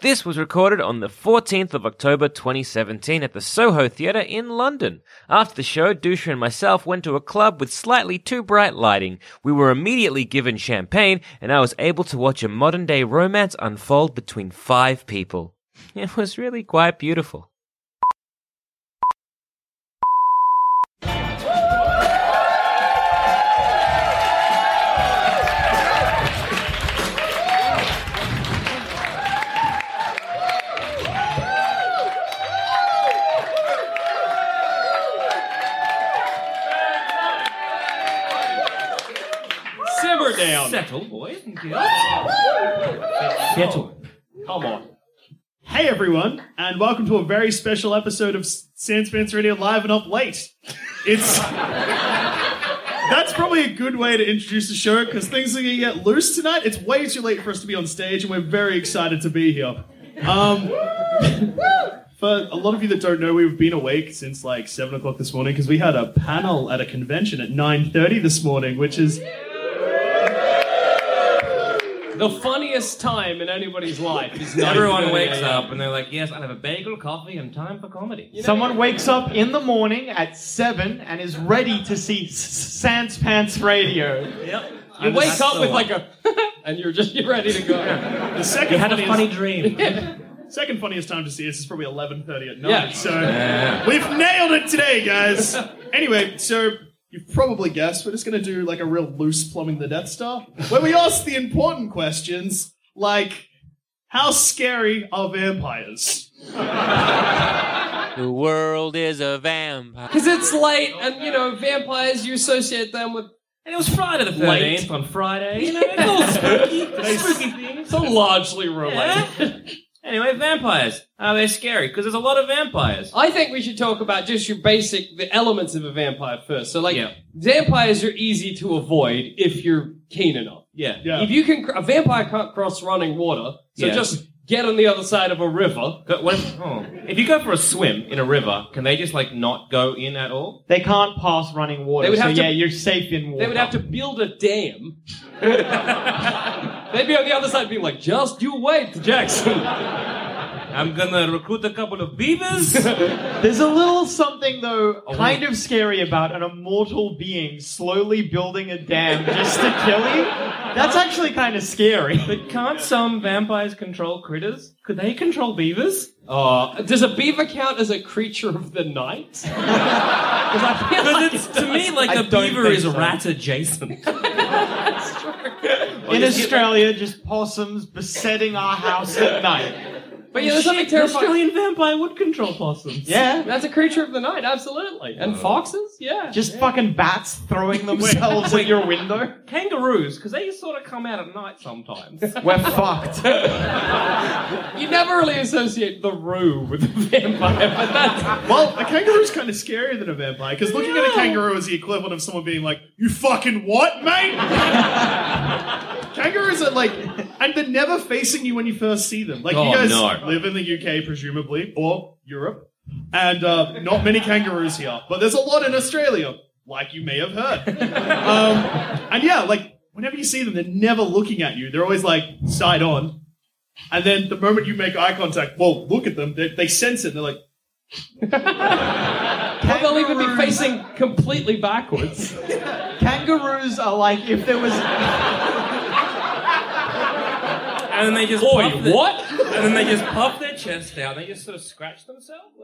This was recorded on the 14th of October 2017 at the Soho Theatre in London. After the show, Dusha and myself went to a club with slightly too bright lighting. We were immediately given champagne, and I was able to watch a modern day romance unfold between five people. It was really quite beautiful. Simmer down. Settle, boy. Settle. Come on. Hey everyone, and welcome to a very special episode of S- Sans Pants Radio Live and Up Late. It's that's probably a good way to introduce the show because things are going to get loose tonight. It's way too late for us to be on stage, and we're very excited to be here. Um, for a lot of you that don't know, we've been awake since like seven o'clock this morning because we had a panel at a convention at nine thirty this morning, which is The funniest time in anybody's life is Everyone 9:30 wakes a.m. up and they're like, "Yes, I'll have a bagel, coffee, and time for comedy." Someone wakes up in the morning at 7 and is ready to see S- Sans Pants Radio. Yep. You wake up with like like a, and you're just you're ready to go. The second you had a funniest, funny dream. second funniest time to see us is probably 11.30 at night. Yeah. So we've nailed it today, guys. anyway, so you've probably guessed we're just going to do like a real loose plumbing the Death Star where we ask the important questions like, how scary are vampires? The world is a vampire. Because it's late, and you know vampires, you associate them with and it was Friday the Late. thirteenth on Friday. You know, it's all spooky, it's spooky things. so largely related. Yeah. Anyway, vampires. Are they scary? Because there's a lot of vampires. I think we should talk about just your basic the elements of a vampire first. So like Yeah. vampires are easy to avoid if you're keen enough. Yeah. Yeah. If you can, cr- a vampire can't cross running water, so Yeah. just get on the other side of a river. Go- What if, oh. if you go for a swim in a river, can they just like not go in at all? They can't pass running water. They would so have to- yeah, you're safe in water. They would have to build a dam. They'd be on the other side being like, just you wait, Jackson. I'm gonna recruit a couple of beavers. There's a little something though, kind of scary about an immortal being slowly building a dam just to kill you. That's actually kind of scary. but can't some vampires control critters? Could they control beavers? Uh, does a beaver count as a creature of the night? 'Cause I feel like Because it's to me like I a don't beaver think is a so. rat adjacent. it's true. in Australia, just possums besetting our house at night. But yeah, there's something Shit, an terrifying. Australian vampire would control possums. Yeah. That's a creature of the night, absolutely. Uh, And foxes, yeah. Just fucking bats throwing themselves at your window. Kangaroos, because they sort of come out at night sometimes. We're fucked. you never really associate the roo with a vampire, but that's Well, a kangaroo's kind of scarier than a vampire because looking at a kangaroo is the equivalent of someone being like, "You fucking what, mate?" kangaroos are like, and they're never facing you when you first see them. Like Oh, you guys no. live in the UK, presumably, or Europe, and uh, not many kangaroos here, but there's a lot in Australia, like you may have heard. Um, and yeah, like whenever you see them, they're never looking at you. They're always like side on. And then the moment you make eye contact, well, look at them. They, they sense it. And they're like, or they'll even be facing completely backwards. Kangaroos are like if there was And then they just Boy, puff their- what? And then they just puff their chest out. They just sort of scratch themselves.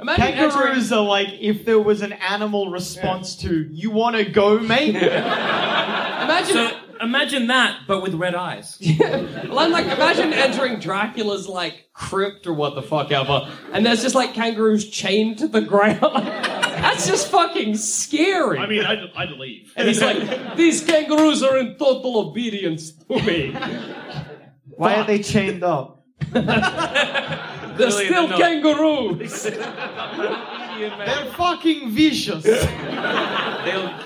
Imagine Kangaroos are like if there was an animal response to "You want to go, mate." Imagine, So imagine that, but with red eyes. well, I'm like, imagine entering Dracula's like crypt or what the fuck ever, and there's just like kangaroos chained to the ground. That's just fucking scary. I mean, I'd, I'd leave. and he's like, these kangaroos are in total obedience to me. Why are they chained up? They're still not. kangaroos. They're fucking vicious. They'll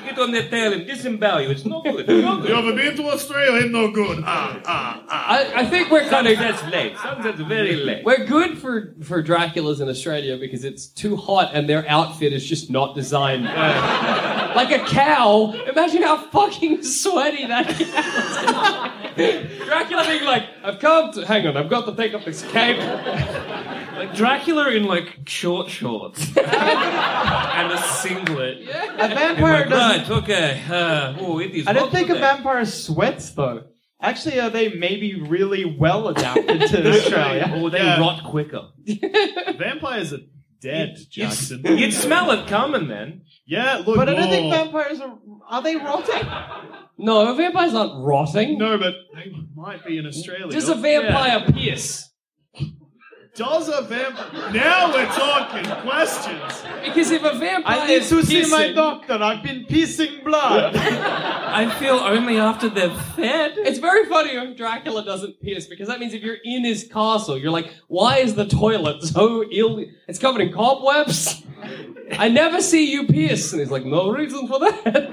get on their tail and disembowel you. It's not good. No good. ever been to Australia? It's no good. Ah, ah, ah. I, I think we're kind of That's late. Sometimes very late. we're good for for Dracula's in Australia because it's too hot and their outfit is just not designed. like a cow. Imagine how fucking sweaty that cow is. Dracula being like, I've come to hang on, I've got to take off this cape. Like Dracula in like short shorts and a singlet. A Oh vampire doesn't. Right, okay. Uh, ooh, it is I don't hot think a today. vampire sweats though. Actually, are they maybe really well adapted to Australia? Or they Yeah. rot quicker. Vampires are dead, Jackson. You'd smell it coming then. yeah, look. But I don't oh. think vampires are. Are they rotting? No, vampires aren't rotting. No, but they might be in Australia. Does a vampire pierce? Does a vampire? Now we're talking questions. Because if a vampire I need is to see my piercing- doctor. I've been pissing blood. I feel only after they're fed. It's very funny if Dracula doesn't pierce because that means if you're in his castle, you're like, why is the toilet so ill? It's covered in cobwebs. I never see you pierce. And he's like, no reason for that.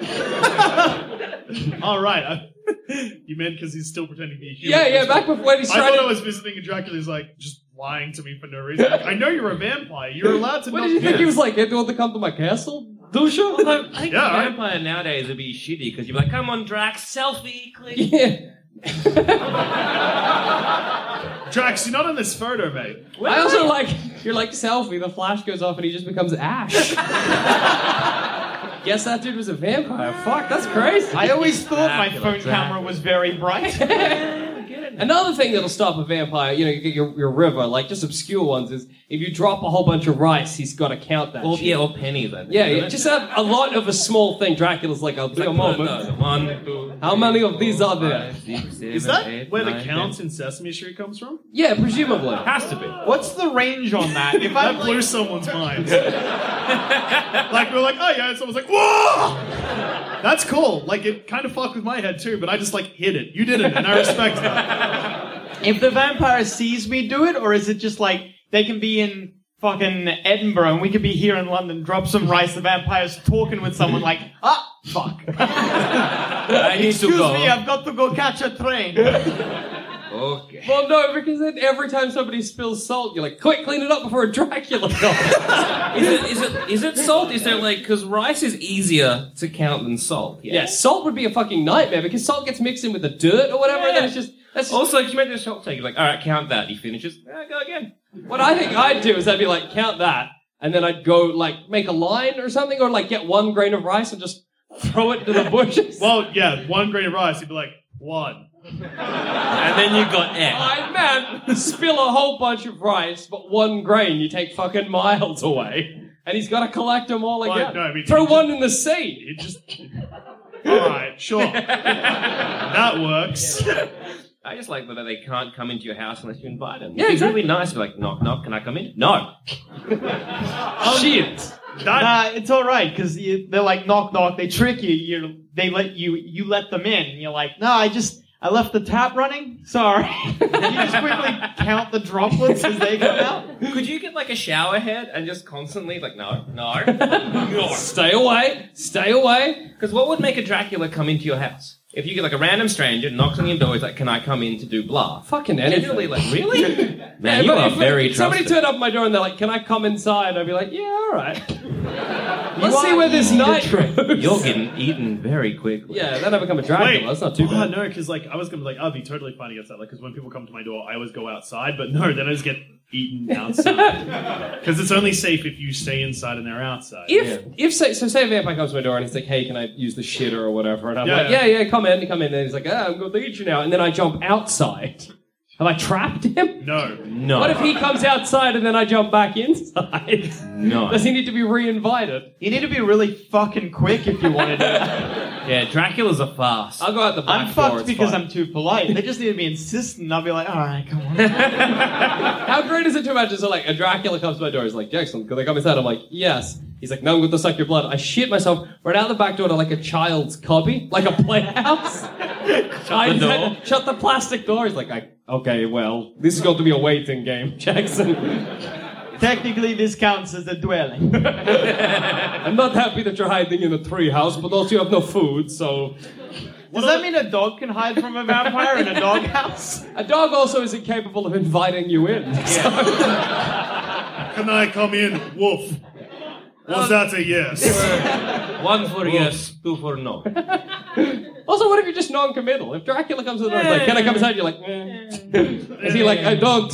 All right. I, you meant because he's still pretending to be a human. yeah, yeah, back before when he's I trying thought I to. was visiting and Dracula's like just lying to me for no reason. Like, I know you're a vampire. You're allowed to. What not did you think? He pierce. was like, hey, do you want to come to my castle? Dusha? I think Yeah, a I- vampire nowadays would be shitty because you'd be like, come on, Drax, selfie, click. yeah. Drax, you're not in this photo, mate. I also like, you're like, selfie, the flash goes off and he just becomes ash. Guess that dude was a vampire. Fuck, that's crazy. I always thought my Dracula, phone camera was very bright. Another thing that'll stop a vampire, you know, you get your, your river, like just obscure ones, is if you drop a whole bunch of rice, he's got to count that. Or, shit. yeah, or pennies, I think. yeah, isn't yeah, it? just have a lot of a small thing. Dracula's like, I'll do Like, a no, moment. no, no. One, two, How many of these are there? Is that where the counts in Sesame Street comes from? Yeah, presumably. Has to be. What's the range on that? If I That like, blew someone's mind. like we're like, oh yeah, and someone's like, whoa. That's cool. Like it kind of fucked with my head too, but I just like hit it. You didn't, and I respect that. if the vampire sees me do it, or is it just like they can be in fucking Edinburgh and we could be here in London, drop some rice, the vampire's talking with someone like, ah, fuck. I need Excuse me, I've got to go catch a train. Okay. Well, no, because then every time somebody spills salt, you're like, quick, clean it up before a Dracula comes. Is it, is it, is it salt? Is there like, because rice is easier to count than salt. yeah, salt would be a fucking nightmare because salt gets mixed in with the dirt or whatever, and then Yeah. it's just. That's just Also, you make this salt take. You're like, all right, count that. He finishes. Ah, go again. What I think I'd do is I'd be like, count that, and then I'd go like make a line or something, or like get one grain of rice and just throw it to the bushes. well, Oh, yeah, one grain of rice, you'd be like, one. And then you got X. I meant spill a whole bunch of rice, but one grain you take fucking miles away, and he's got to collect them all Well, again. no, I mean, throw you one in the sea. It just. All right, sure. that works. I just like that they can't come into your house unless you invite them. Yeah, it's exactly. really nice. Be like, knock, knock. Can I come in? No. Oh, Shit. That Nah, it's all right because they're like knock knock. They trick you. You they let you you let them in. And you're like, no, I just I left the tap running. Sorry. you just quickly count the droplets as they come out. Could you get like a shower head and just constantly like, no, no, no. Stay away. Stay away. Because what would make a Dracula come into your house? If you get like a random stranger knocks on your door, he's like, "Can I come in to do blah?" Fucking Generally, anything. like, really? Yeah, Man, you but are if very Somebody trusted. turned up my door and they're like, "Can I come inside?" I'd be like, "Yeah, all right. Let's see where this night goes." You're getting eaten very quickly. Yeah, then I become a Dracula. Wait. That's not too Oh, bad. no, because like I was gonna be like, I'd be totally fine against that. Like, because when people come to my door, I always go outside. But no, then I just get eaten outside. Because it's only safe if you stay inside and they're outside. If if say, so, say a vampire comes to my door and he's like, "Hey, can I use the shitter or whatever?" and I'm Yeah, like, "Yeah, yeah. yeah, come in, come in." And he's like, "Ah, I'm going to eat you now," and then I jump outside. Have I trapped him? No. No. What if he comes outside and then I jump back inside? No. Does he need to be reinvited? You need to be really fucking quick if you want to do that. Yeah, Dracula's a fast. I'll go out the back I'm door. fucked it's because fine. I'm too polite. They just need to be insistent. I'll be like, all right, come on. How great is it to imagine? So, like, a Dracula comes to my door. He's like, Jackson, can I come inside? I'm like, yes. He's like, no, I'm going to suck your blood. I shit myself right out the back door to, like, a child's cubby, like a playhouse. shut, door. shut the plastic door. He's like, I, okay, well, this is going to be a waiting game, Jackson. Technically, this counts as a dwelling. I'm not happy that you're hiding in a tree house, but also you have no food, so. Does that mean a dog can hide from a vampire in a doghouse? A dog also is incapable of inviting you in. So- Can I come in? Woof. Was that a yes? One for yes, two for no. Also, what if you're just non-committal? If Dracula comes to the door, he's like, "Can I come inside?" You're like, eh. "Is he like, I don't,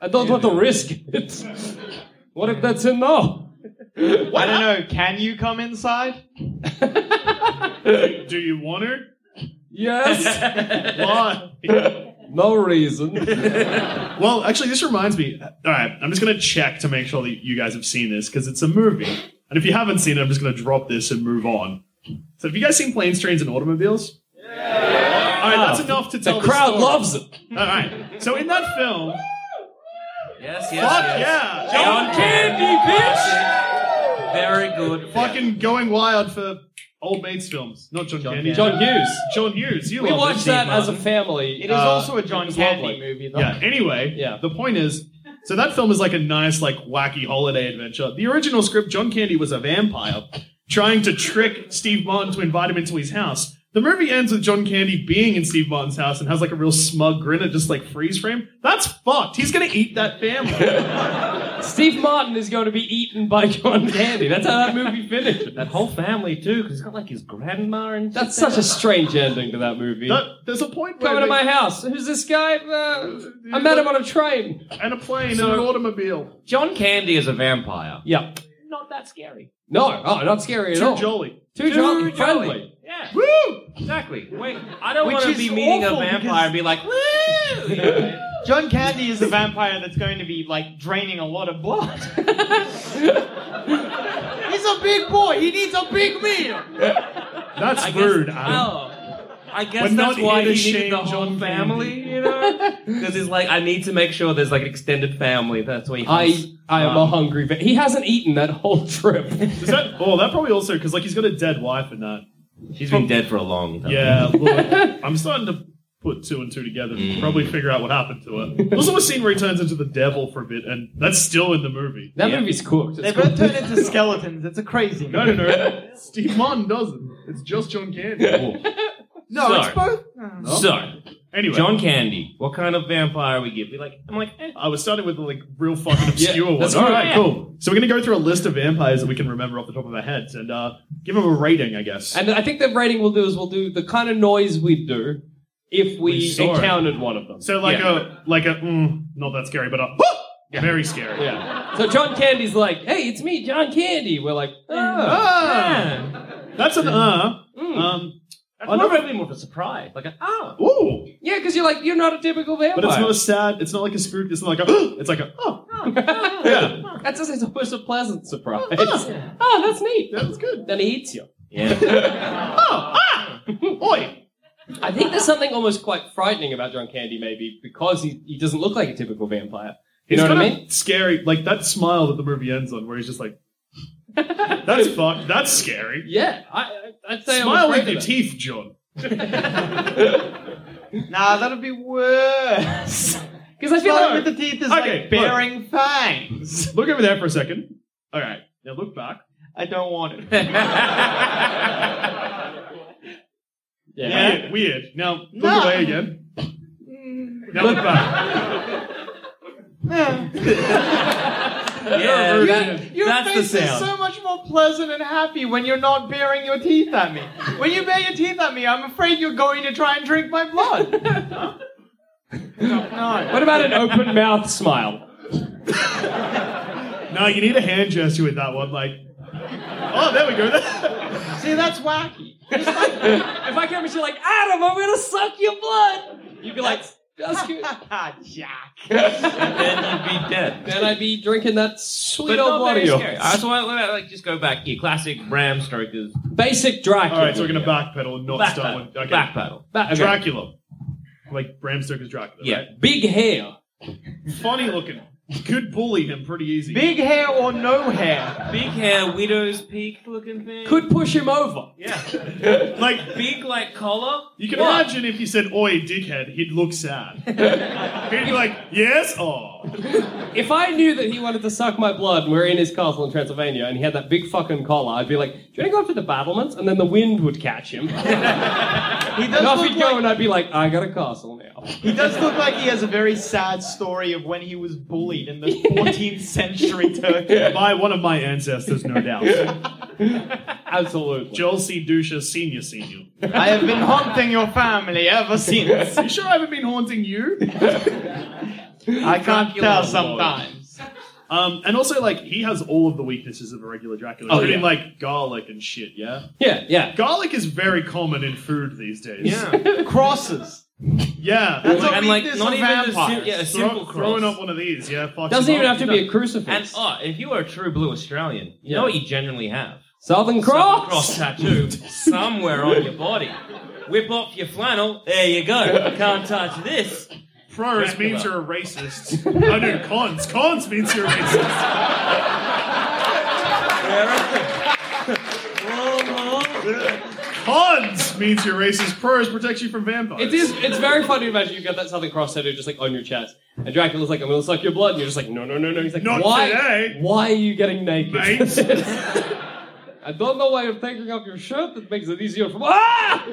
I don't want to risk it." What if that's a no? I don't know. Can you come inside? Do you want to? Yes, Why? no reason. Well, actually, this reminds me. All right, I'm just going to check to make sure that you guys have seen this because it's a movie. And if you haven't seen it, I'm just going to drop this and move on. So, have you guys seen Planes, Trains, and Automobiles? Yeah. All right, that's enough to tell The crowd story. loves it. All right. So, in that film, Yes, yes, fuck yes. yeah, John Candy, bitch. Very good. fucking going wild for old mates films, not John, Candy. John Hughes. John Hughes. You We love watched this, Steve that as a Martin. family. It is Uh, also a John was Candy lovely. movie, though. Yeah. Anyway, Yeah. The point is, so that film is like a nice, like wacky holiday adventure. The original script, John Candy was a vampire trying to trick Steve Martin to invite him into his house. The movie ends with John Candy being in Steve Martin's house and has like a real smug grin and just like freeze frame. That's fucked. He's gonna eat that family. Steve Martin is going to be eaten by John Candy. That's how that movie finishes. That whole family too, because he's got like his grandma and That's such a strange ending to that movie. That- there's a point where Coming to they- my house. Who's this guy? Uh, I met him on a train. and a plane and an automobile. John Candy is a vampire. Yeah. Not that scary. No, oh, not scary at Too all. jolly. Too jolly. jolly. Friendly. Yeah. Woo! Exactly. Wait, I don't Which want to is be meeting a awful vampire because- and be like, woo! You know? John Candy is a vampire that's going to be like draining a lot of blood. He's a big boy. He needs a big meal. That's rude. Adam. Oh. I guess We're that's not why here to he shame needed the whole John family, you know? Because he's like, I need to make sure there's like an extended family. That's why he has- I I am a Um, hungry va- He hasn't eaten that whole trip. Is that? Oh, that probably also because like he's got a dead wife in that. She's been dead for a long time. Yeah, look, I'm starting to put two and two together and probably figure out what happened to it. There's also a scene where he turns into the devil for a bit, and that's still in the movie. That movie's cooked. They It's both cooked. turn into skeletons. It's a crazy. No, Movie. no, no. Steve Martin doesn't. It's just John Candy. No, Sorry. it's both. So, anyway, John Candy, what kind of vampire we give? We like, I'm like, eh. I was starting with the like real fucking Yeah, obscure ones. that's All right. right, cool. So we're gonna go through a list of vampires that we can remember off the top of our heads and uh, give them a rating, I guess. And I think the rating we'll do is we'll do the kind of noise we'd do if we, We saw it. encountered one of them. so like yeah. a like a mm, not that scary, but a very scary. yeah. So John Candy's like, hey, it's me, John Candy. We're like, oh, yeah. Ah! That's an uh. Um, I love it more of a surprise. Like, a, oh. ooh. Yeah, because you're like, you're not a typical vampire. But it's not a sad. It's not like a spirit. It's not like a. It's like a. Oh, yeah, That doesn't it's almost a pleasant surprise. oh, that's neat. that was good. Then he eats you. Yeah. Oi, I think there's something almost quite frightening about John Candy, maybe because he, he doesn't look like a typical vampire. You It's know what I kinda mean? Scary, like that smile that the movie ends on, where he's just like, "That's fucked. That's scary." Yeah, I, I- I'd say Smile I'm afraid with of your it. teeth, John. Nah, that'd be worse. because I feel Smiling like with the teeth is Okay, like look. bearing fangs. Look over there for a second. All right, now look back. I don't want it. yeah. Weird, weird. Now look No. away again. Mm. Now look back. yeah. You're that- Your that's the face is sound. so much more pleasant and happy when you're not bearing your teeth at me. When you bear your teeth at me, I'm afraid you're going to try and drink my blood. no. What about an open mouth smile? No, you need a hand gesture with that one. Like, oh, there we go. See, that's wacky. if I came and she's like, Adam, I'm gonna suck your blood, you'd be like, That's good. Ah, Jack. then you'd be dead. Then I'd be drinking that sweet But old not water. very scary. I just want to like just go back here. Classic Bram Stoker's Basic Dracula. All right, so we're gonna backpedal and not back start battle. with okay. Back battle. Back- Uh, Dracula, like Bram Stoker's Dracula. Yeah. right? Big hair. funny looking. Could bully him pretty easy. Big hair or no hair? Big hair, widow's peak looking thing. Could push him over. yeah. like big like collar. you can What? imagine if you said "Oi, dickhead," he'd look sad. he'd be like, "Yes, oh." If I knew that he wanted to suck my blood and we're in his castle in Transylvania and he had that big fucking collar, I'd be like, Do you want to go up to the battlements? And then the wind would catch him. and He does, off look he'd go and like, I'd be like, I got a castle now. he does look like he has a very sad story of when he was bullied in the 14th century Turkey. By one of my ancestors, no doubt. Absolutely. Joel C. Dusha, senior, senior. I have been haunting your family ever since. You sure I haven't been haunting you? I can't Dracula tell Lord. sometimes. Um, and also, like, he has all of the weaknesses of a regular Dracula, Oh, including yeah. like garlic and shit. Yeah, yeah, yeah. garlic is very common in food these days. Yeah. Crosses. yeah. That's a and like weakness not of even a, sim- vampires. yeah, a Throw- simple cross. throwing up one of these. Yeah, fuck Doesn't him even up. have to be a and crucifix. oh, if you are a true blue Australian, you Yeah. know what you generally have. Southern Some Cross. cross tattoo somewhere on your body. Whip off your flannel. There you go. Can't touch this. Pros Dracula. means you're a racist. I do cons. Cons means you're a racist. Cons means you're racist. Pros protects you from vampires. It is. It's very funny to imagine you've got that Southern Cross tattoo just like on your chest, and Dracula's like, "I'm gonna suck your blood," and you're just like, "No, no, no, no." He's like, Not "Why? today. Why are you getting naked?" Mate. I don't know why you're taking off your shirt. That makes it easier for. Ah!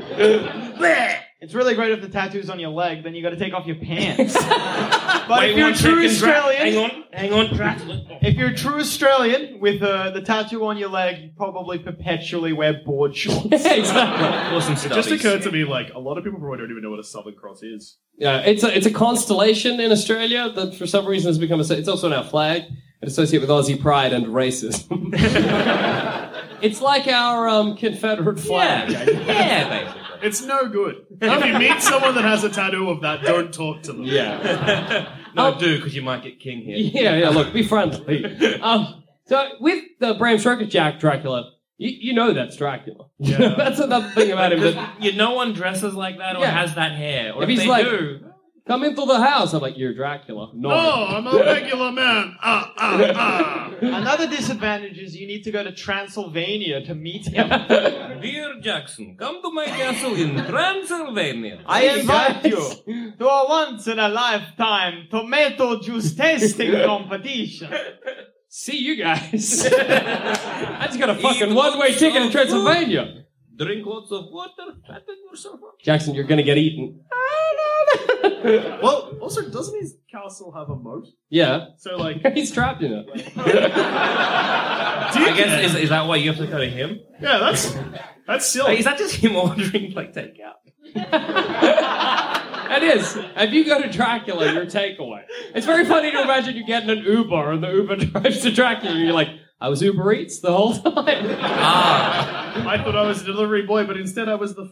It's really great if the tattoo's on your leg, then you gotta take off your pants. but if Wait, you're a one true second, Dra- Australian, hang on, hang on, Dracula. if you're a true Australian with uh, the tattoo on your leg, you probably perpetually wear board shorts. Yeah, exactly. Awesome It stuff. just occurred to me, like, a lot of people probably don't even know what a Southern Cross is. Yeah, it's a it's a constellation in Australia that for some reason has become a. It's also on our flag and associated with Aussie pride and racism. it's like our um, Confederate flag. Yeah, yeah, basically. It's no good. If you meet someone that has a tattoo of that, don't talk to them. yeah. No, do because you might get king here. Yeah, yeah. Look, be friendly. um, so with the Bram Stoker Jack Dracula, you, you know that's Dracula. Yeah. that's another thing about him. That, Because you, no one dresses like that or Yeah. has that hair. Or if, If he's they like- do, Come into the house. I'm like, you're Dracula. No. Oh, I'm a regular man. Ah, ah, ah. Another disadvantage is you need to go to Transylvania to meet him. dear Jackson, come to my castle in Transylvania. I invite guys. you to a once in a lifetime tomato juice tasting competition. See you guys. I just got a fucking Eat one way lots ticket to of Transylvania. Drink lots of water, fatten yourself up. Jackson, you're gonna get eaten. Well, also, doesn't his castle have a moat? yeah. So, like, He's trapped in it. I guess is, is that why you have to go to him? yeah, that's that's silly. Like, is that just him ordering like takeout? It is. If you go to Dracula, your takeaway. It's very funny to imagine you getting an Uber and the Uber drives to Dracula and you're like, I was Uber Eats the whole time. I thought I was a delivery boy, but instead I was the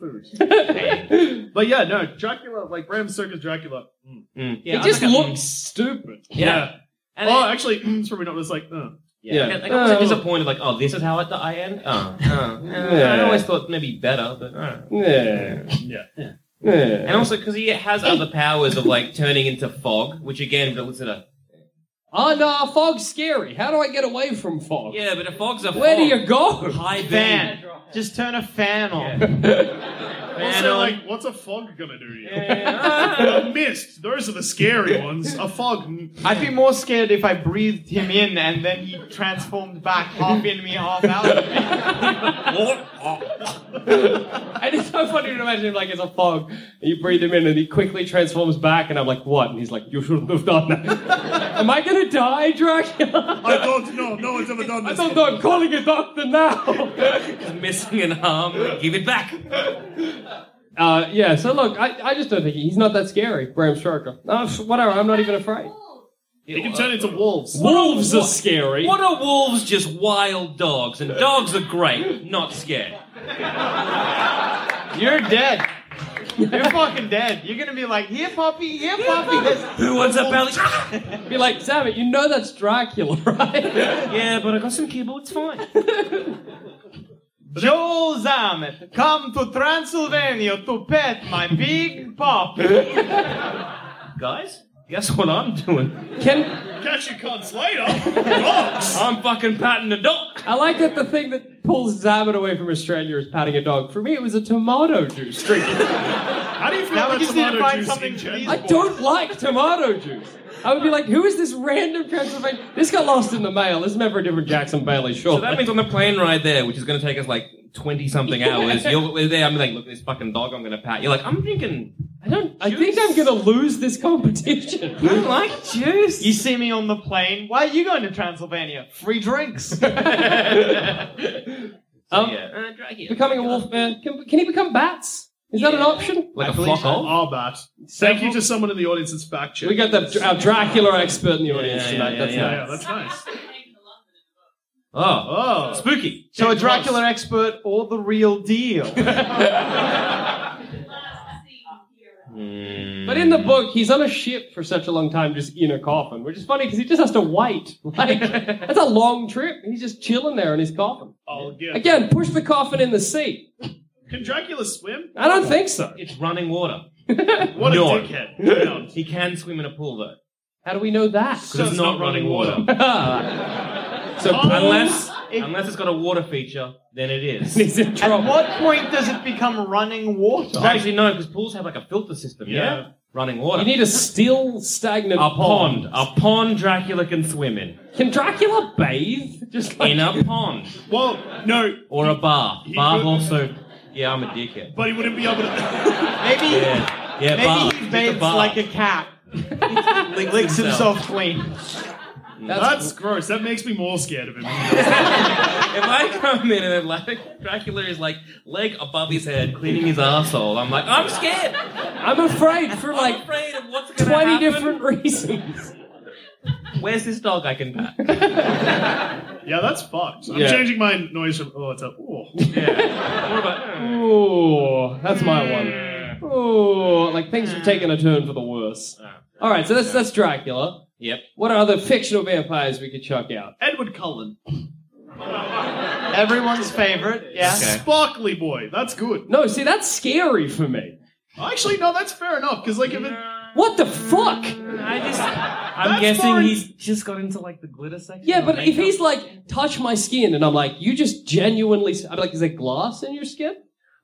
food. but yeah, no, Dracula, like Bram Stoker's Dracula. mm. Yeah, it just I'm like a- looks stupid. Yeah. And Oh, it- actually, mm, it's probably not. It's like, uh. yeah. yeah. Like, I was Oh. disappointed. Like, oh, this is how at the I end. Oh, oh, Yeah. I always thought maybe better, but. Uh. Yeah. yeah. Yeah. And also because he has other powers of like turning into fog, which again, but listen to Oh no, fog's scary. How do I get away from fog? yeah, Oh. but a fog's a Where do fog. you go? High Fan. Just turn a fan on. um, Also, like, what's a fog gonna do to you? A mist. Those are the scary ones. A fog. mm. I'd be more scared if I breathed him in and then he transformed back half in me, half out of me. And it's so funny to imagine him like it's a fog. And you breathe him in and he quickly transforms back and I'm like, what? And he's like, You shouldn't have done that. Am I gonna die, Dracula? I don't know. No one's ever done I this. don't know, I'm calling a doctor now. missing an arm, like, give it back. uh, yeah, so look, I, I just don't think he- he's not that scary, Bram Stoker. Uh, whatever, I'm not even afraid. They can turn into wolves. Wolves are scary. What are wolves? Just wild dogs, and dogs are great, not scared. You're dead. You're fucking dead. You're gonna be like, here, puppy, here, puppy. That's- Who wants a belly? Be like, Sam, you know that's Dracula, right? yeah, but I got some kibble. It's fine. Joel Zamet, come to Transylvania to pet my big puppy. Guys, guess what I'm doing? Can Catch you cunts later. Rocks. I'm fucking patting the dog. I like that the thing that pulls Zamet away from Australia is patting a dog. For me, it was a tomato juice drinking. How do you feel Now we about just need to tomato find juice something in to general? these I don't like tomato juice. I would be like, who is this random Transylvanian? This got lost in the mail. This is never a different Jackson Bailey So Sure. that means on the plane ride there, which is going to take us like 20 something hours, you're we're there. I'm like, look, this fucking dog I'm going to pat. You're like, I'm drinking. I don't. I think I'm gonna lose this competition. I don't like juice. You see me on the plane. Why are you going to Transylvania? Free drinks. Um, yeah. Uh, Dracula. Becoming a wolf man. Can, can he become bats? Is that an option? Like a flock of? Oh, Matt. Thank you to someone in the audience that's fact checked. We got the, our Dracula expert in the audience yeah, tonight. yeah, That's yeah. Yeah, nice. that's nice. Oh. Oh. Spooky. so a Dracula expert or the real deal? But in the book, he's on a ship for such a long time, just in a coffin, which is funny because he just has to wait. Like that's a long trip. He's just chilling there in his coffin. Oh, yeah. Again, push the coffin in the sea. Can Dracula swim? I don't think so. It's running water. What No. a dickhead. No. He can swim in a pool, though. How do we know that? Because it's not running water. So unless, It- unless it's got a water feature, then it is. he's in At trouble. what point does it become running water? Actually, no, because pools have like a filter system, yeah? Yeah. Running water. You need a still stagnant a pond. A pond Dracula can swim in. Can Dracula bathe? Just like In a pond. Well, no, Or a bar. Bar could- also. Yeah, I'm a dickhead. but he wouldn't be able to. Maybe, Yeah, yeah maybe bar. he Just bathes bar. like a cat. Licks Licks himself. himself clean. That's gross. That makes me more scared of him. If I come in and then like Dracula is like leg above his head, cleaning his asshole, I'm like, I'm scared. I'm afraid for I'm like afraid of what's gonna 20 happen. different reasons. Where's this dog I can pat? Yeah, that's fucked. I'm Yeah. changing my noise from oh, it's a oh. What about? Ooh, that's my one. Ooh, like things have taken a turn for the worse. All right, so that's that's Dracula. Yep. What are other fictional vampires we could chuck out? Edward Cullen, Everyone's favorite. Yeah. sparkly boy. That's good. No, see, that's scary for me. Actually, no, that's fair enough. Because like if it, What the fuck? I just. I'm That's guessing fine. he's just got into like the glitter section. Yeah, of but if makeup. he's like, touch my skin, and I'm like, you just genuinely, I'm like, is there glass in your skin?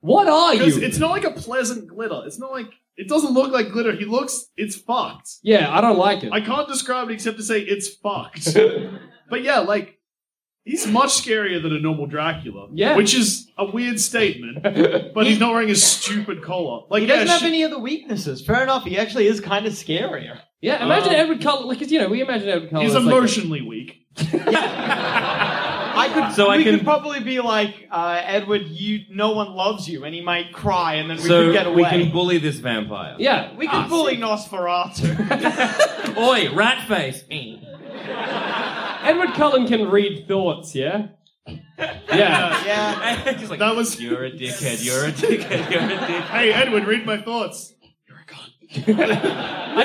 What are 'cause you? it's not like a pleasant glitter. It's not like it doesn't look like glitter. He looks. It's fucked. Yeah, I don't like it. I can't describe it except to say it's fucked. but yeah, like he's much scarier than a normal Dracula. Yeah. which is a weird statement. But he's not wearing his stupid collar. Like He yeah, doesn't have she- any of the weaknesses. Fair enough. He actually is kind of scarier. Yeah, imagine Edward Cullen. Like, 'cause, you know, we imagine Edward Cullen. He's as, like, emotionally weak. I could. So I we can- could probably be like uh, Edward. You. No one loves you, and he might cry, and then we so could get away. we can Ah, bully this vampire. yeah, We could bully Nosferatu. Oi, rat face. Eh. Edward Cullen can read thoughts. Yeah. Yeah. yeah. Just like, That was- You're a dickhead. You're a dickhead. You're a dickhead. Hey, Edward, read my thoughts. I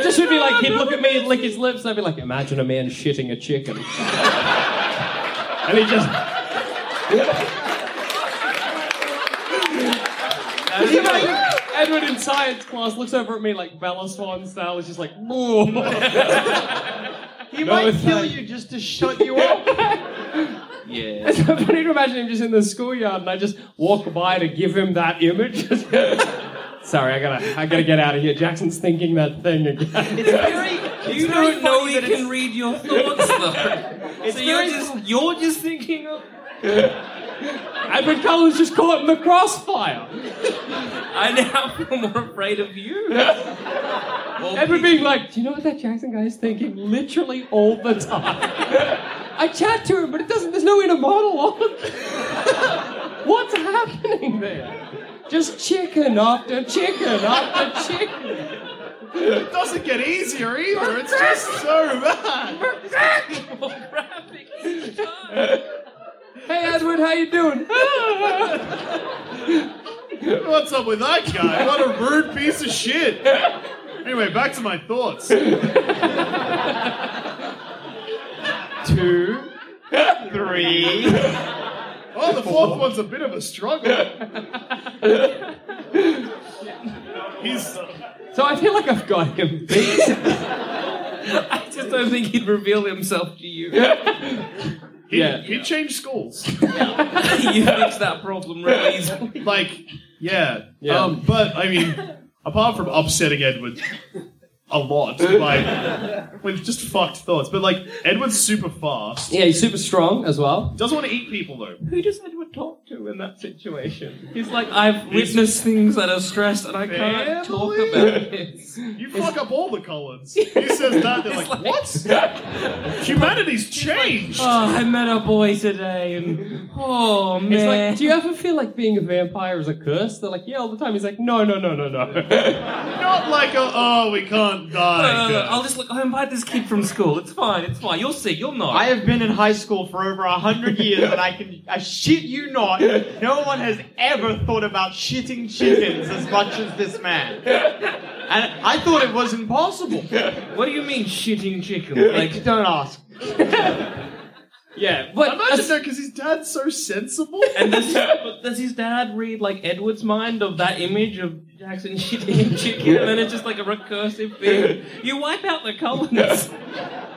just would be like, he'd look at me and lick his lips, and I'd be like, imagine a man shitting a chicken. And he just. And he'd be like- Edward in science class looks over at me like Bella Swan style, is just like, "Ooh." He might it's kill not. you just to shut you up. Yeah. It's so funny to imagine him just in the schoolyard, and I just walk by to give him that image. Sorry, I gotta, I gotta get out of here. Jackson's thinking that thing again. It's very. It's You very don't know funny he that can read your thoughts though. It's, it's so you're very just you're just thinking of Edward Cullen's just caught in the crossfire. I now feel more afraid of you. Well, Edward being like, do you know what that Jackson guy is thinking? Literally all the time. I chat to him, but it doesn't. There's no inner monologue. What's happening there? Just chicken after chicken after chicken. It doesn't get easier either. It's just so bad. Hey Edward, how you doing? What's up with that guy? What a rude piece of shit. Anyway, back to my thoughts. Two, three. Oh, the fourth one's a bit of a struggle. He's So I feel like I've got him beat. I just don't think he'd reveal himself to you. he, Yeah. he changed schools. you fix that problem really easily. Like, yeah. Yeah. Um, but I mean, apart from upsetting Edward a lot, like with just fucked thoughts. But like, Edward's super fast. Yeah, he's super strong as well. Doesn't want to eat people though. Who does Edward talk to in that situation? He's like, I've witnessed things that are stressed and I can't talk Family? about this. You fuck up all the Collins. He says that, they're like, what? Humanity's changed. Oh, I met a boy today and oh man. It's like, do you ever feel like being a vampire is a curse? They're like, yeah, all the time. He's like, no, no, no, no, no. Not like a, oh, we can't No, die. no, no, no. girl." Uh, I'll just look. I invite this kid from school. It's fine. It's fine. You'll see. You'll know. I have been in high school for over a hundred years, and I can, I shit you not, no one has ever thought about shitting chickens as much as this man. And I thought it was impossible. What do you mean shitting chicken? Like, Don't ask. yeah, but Imagine that because his dad's so sensible. and does, but does his dad read like Edward's mind of that image of Jackson shitting chicken, and then it's just like a recursive thing? You wipe out the colonists.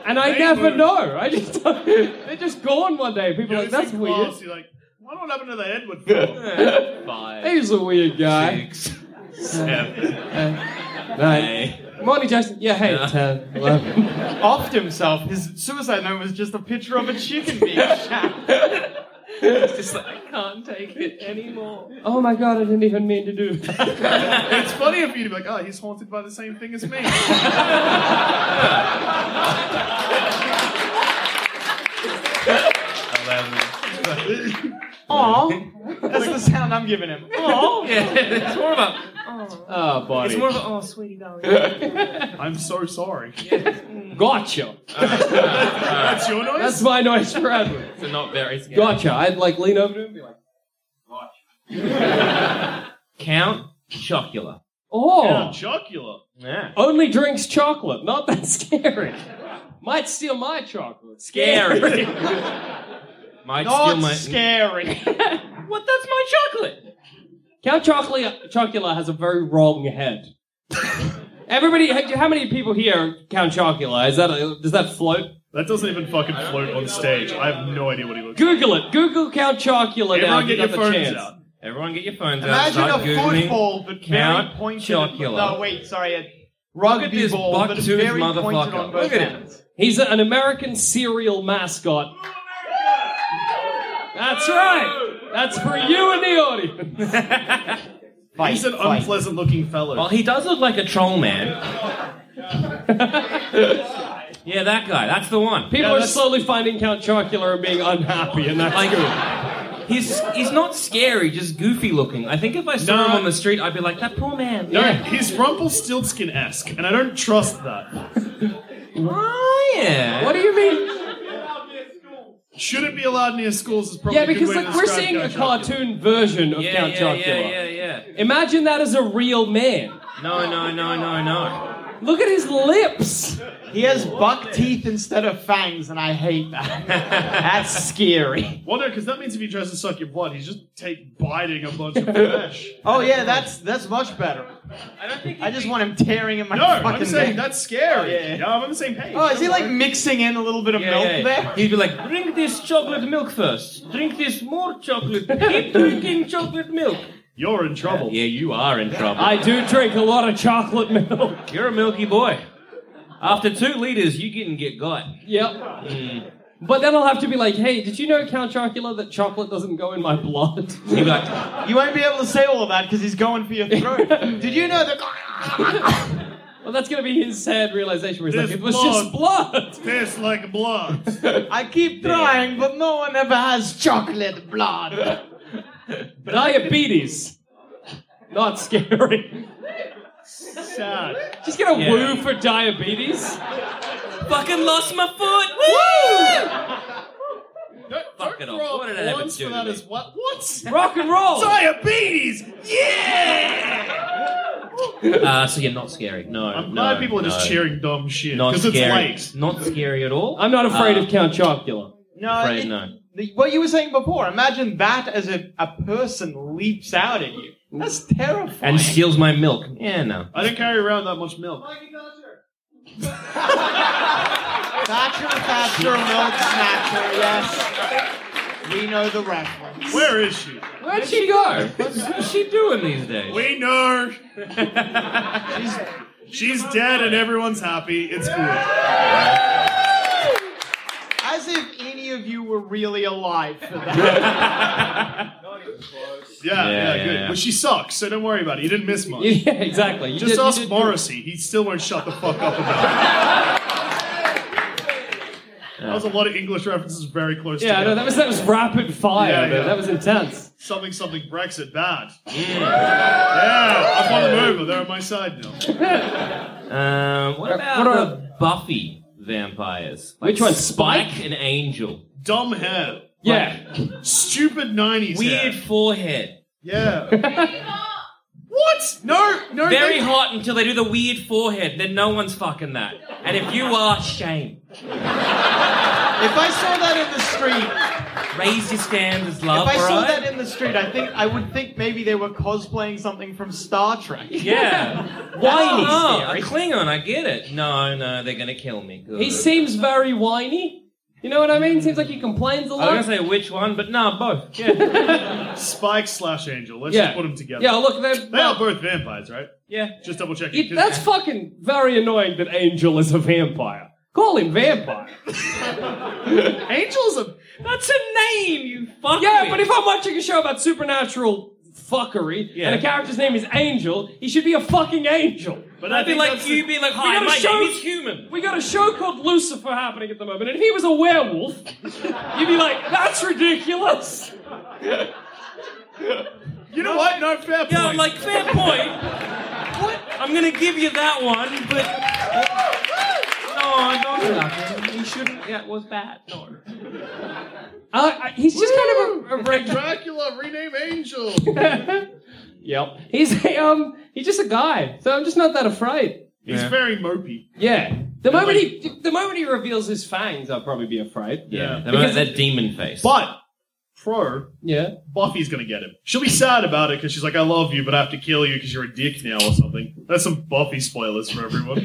and I They never moved. know. I just don't, they're just gone one day. People are like, that's in weird. Class, you're like, what what happened to the Edward? film?" Five, He's a weird guy. six, Nine. Monty Jackson. Yeah, hey, ten, eleven. Offed himself. His suicide note was just a picture of a chicken being shot. It's just like I can't take it anymore. Oh my god, I didn't even mean to do that. it's funny of you to be like, oh, he's haunted by the same thing as me. Aw, that's the sound I'm giving him. Aw. Yeah, it's more of a, Oh, buddy. it's more of a, oh, sweetie darling. I'm so sorry. gotcha. That's your noise. That's my noise for Edward. So not very scary. Gotcha. I'd like lean over to him and be like, Count Chocula. oh. yeah, Chocula. Yeah. Only drinks chocolate. Not that scary. Might steal my chocolate. Scary. Might steal Not my. scary. What? That's my chocolate. Count Chocula, Chocula has a very wrong head. Everybody, how how many people here count Chocula? Is that a, does that float? That doesn't even fucking float on stage. I have no idea what he looks like. Google it. Google Count Chocula now. Everyone if get you your got the phones chance. out. Everyone get your phones Imagine out. a Start Googling. football, but very Count pointed. at- Chocula. Oh, No, wait, sorry. A Look at rugby this ball, but buck-toothed very pointed motherfucker. on both Look at him. ends. He's an American cereal mascot. That's right. That's for you in the audience. Fight, He's an fight. unpleasant looking fellow. Well, he does look like a troll man. yeah, that guy. That's the one. People Yeah, are that's- slowly finding Count Chocula and being unhappy, and that's Like- good. He's he's not scary, just goofy looking. I think if I saw No. him on the street, I'd be like, that poor man. no, yeah. he's Rumpelstiltskin esque, and I don't trust that. Oh, yeah. What do you mean? Shouldn't be allowed near schools is probably Yeah, a good because way like to we're describe seeing a Count Chocula. cartoon version of yeah, Count yeah, Chocula. yeah, yeah, yeah. Imagine that as a real man. No, no, no, no, no. Look at his lips. He has buck teeth instead of fangs, and I hate that. That's scary. Well, no, because that means if he tries to suck your blood, he's just take biting a bunch of flesh. Oh yeah, that's that's much better. I don't think. I just want him tearing in my No, I'm fucking saying neck. that's scary. Oh, yeah. No, I'm on the same page. Oh, is he like mixing in a little bit of Yeah, milk yeah, yeah. there? He'd be like, drink this chocolate milk first. Drink this more chocolate. Keep drinking chocolate milk. You're in trouble. Yeah, you are in trouble. I do drink a lot of chocolate milk. You're a milky boy. After two liters, you didn't get got. Yep. Hmm. But then I'll have to be like, hey, did you know Count Chocula that chocolate doesn't go in my blood? You'd be like, You won't be able to say all of that because he's going for your throat. Did you know that? well, that's gonna be his sad realization where he's There's like, it was just blood. Tastes like blood. I keep trying, but no one ever has chocolate blood. Diabetes. Not scary. Sad. Just get a Yeah. woo for diabetes. fucking lost my foot. Woo! No, fuck it up. Rob What did I ever Once do? for to that me? is what? What? Rock and roll. Diabetes! Yeah! Uh, so you're not scary. No, I'm no, glad people are just no. cheering dumb shit Not because it's scary. late. Not scary at all. I'm not afraid Uh, of Count Chocula. No, Right, it- no. the- what you were saying before. Imagine that as a, a person leaps out at you. That's terrifying. And steals my milk. Yeah, no. I don't carry around that much milk. Thatcher, Thatcher, milk snatcher. Yes, we know the reference. Where is she? Where'd she go? What's, what's she doing these days? We know. she's, she's dead and everyone's happy. It's cool. As if any of you were really alive for that. Yeah, yeah, Yeah, yeah, good. yeah. But she sucks, so don't worry about it. You didn't miss much. Yeah, exactly. You Just did- you ask did- Morrissey. He still won't shut the fuck up about it. That was a lot of English references very close Yeah, together. no, that was that was rapid fire. Yeah, though. yeah. That was intense. Something, something, Brexit, bad. Yeah, I've won them over. They're on my side now. Um, what about what are- the Buffy vampires? Which one? Spike, Spike? and Angel. Dumb hair. Yeah. Stupid 90s Weird hair. forehead. Yeah. what? No, no. Very they- hot until they do the weird forehead. Then no one's fucking that. And if you are, shame. If I saw that in the street, Raise your standards, if love. I saw alright? that in the street, I think I would think maybe they were cosplaying something from Star Trek. Yeah. Whiny Oh, scary. a Klingon, I get it. No, no, they're gonna kill me. Good. He seems very whiny. You know what I mean? Seems like he complains a I lot. was gonna say which one, but no, both. Yeah. Spike slash Angel. Let's yeah. just put them together. Yeah, look, they're, They are both vampires, right? yeah. Just double checking. It, that's fucking very annoying that Angel is a vampire. Call him vampire. Angel's a. That's a name, you fuck. Yeah, but if I'm watching a show about supernatural fuckery Yeah. and a character's name is Angel, he should be a fucking angel. But I I'd be think like that's you, the- be like, We hi, got a my show- name is human. We got a show called Lucifer happening at the moment, and if he was a werewolf, you'd be like, that's ridiculous. You know what? No fair point. Yeah, I'm like fair point. what? I'm gonna give you that one, but no, don't. suck it. You shouldn't. That was bad. No. Uh, I- he's just kind of a, a regular. Dracula, rename Angel. Yep. He's a, um, he's just a guy, so I'm just not that afraid. He's very mopey. Yeah. The moment he the moment he reveals his fangs, I'll probably be afraid. Yeah. Because that demon face. But, pro, Yeah. Buffy's gonna get him. She'll be sad about it because she's like, I love you, but I have to kill you because you're a dick now or something. That's some Buffy spoilers for everyone.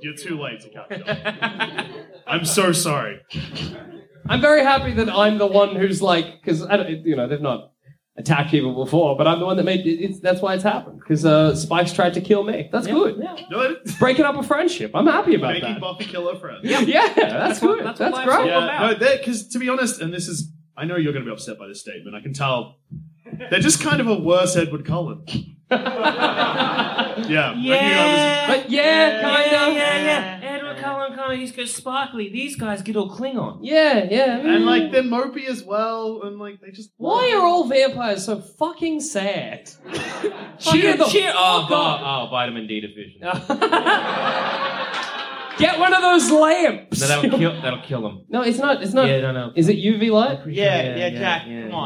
you're too late to catch up. I'm so sorry. I'm very happy that I'm the one who's like, because you know they've not attacked people before, but I'm the one that made. It's, that's why it's happened because uh, Spike's tried to kill me. That's good. No, Breaking up a friendship. I'm happy about making that. Buffy kill her friend. yeah, that's, good. that's That's, what life's great. all Yeah, no, because Uh, to be honest, and this is, I know you're going to be upset by this statement. I can tell. They're just kind of a worse Edward Cullen. yeah. Yeah. But yeah, kind of. yeah. Edward Cullen, Cullen, he's got sparkly. These guys get all Klingon. Yeah, yeah. and like they're mopey as well, and like they just. why are all vampires so fucking sad? Cheer, Cheer the cheer. Oh, fuck up. oh, oh, vitamin D deficient. Get one of those lamps. No, that'll kill. That'll kill him. No, it's not. It's not. Yeah, no, no. Is it UV light? Yeah, Yeah, yeah, yeah, Jack, yeah, come yeah.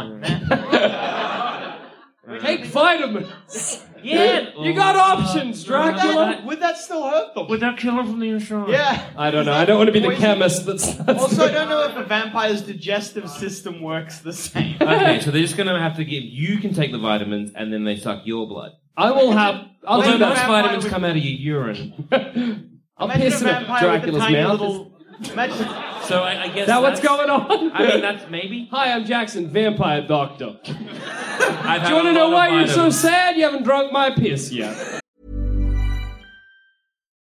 on, man. Take vitamins. Yeah. Oh, You got options, Dracula. Would that still hurt them? Would that kill him from the inside? yeah. I don't know. I don't want to be the Poison. chemist. That's, that's Also, I don't know if a vampire's digestive system works the same. Okay, so they're just gonna have to give. You can take the vitamins, and then they suck your blood. I will have. I'll Although do those that. vampire vitamins would- come out of your urine. I'll Imagine piss a in a vampire with a Dracula's tiny mouth. little. Imagine, So I, I guess Is that what's that's- going on? I mean, that's maybe. Hi, I'm Jackson, vampire doctor. Do I've had you want a to know lot of why you're so vitamins. sad? You haven't drunk my piss yet.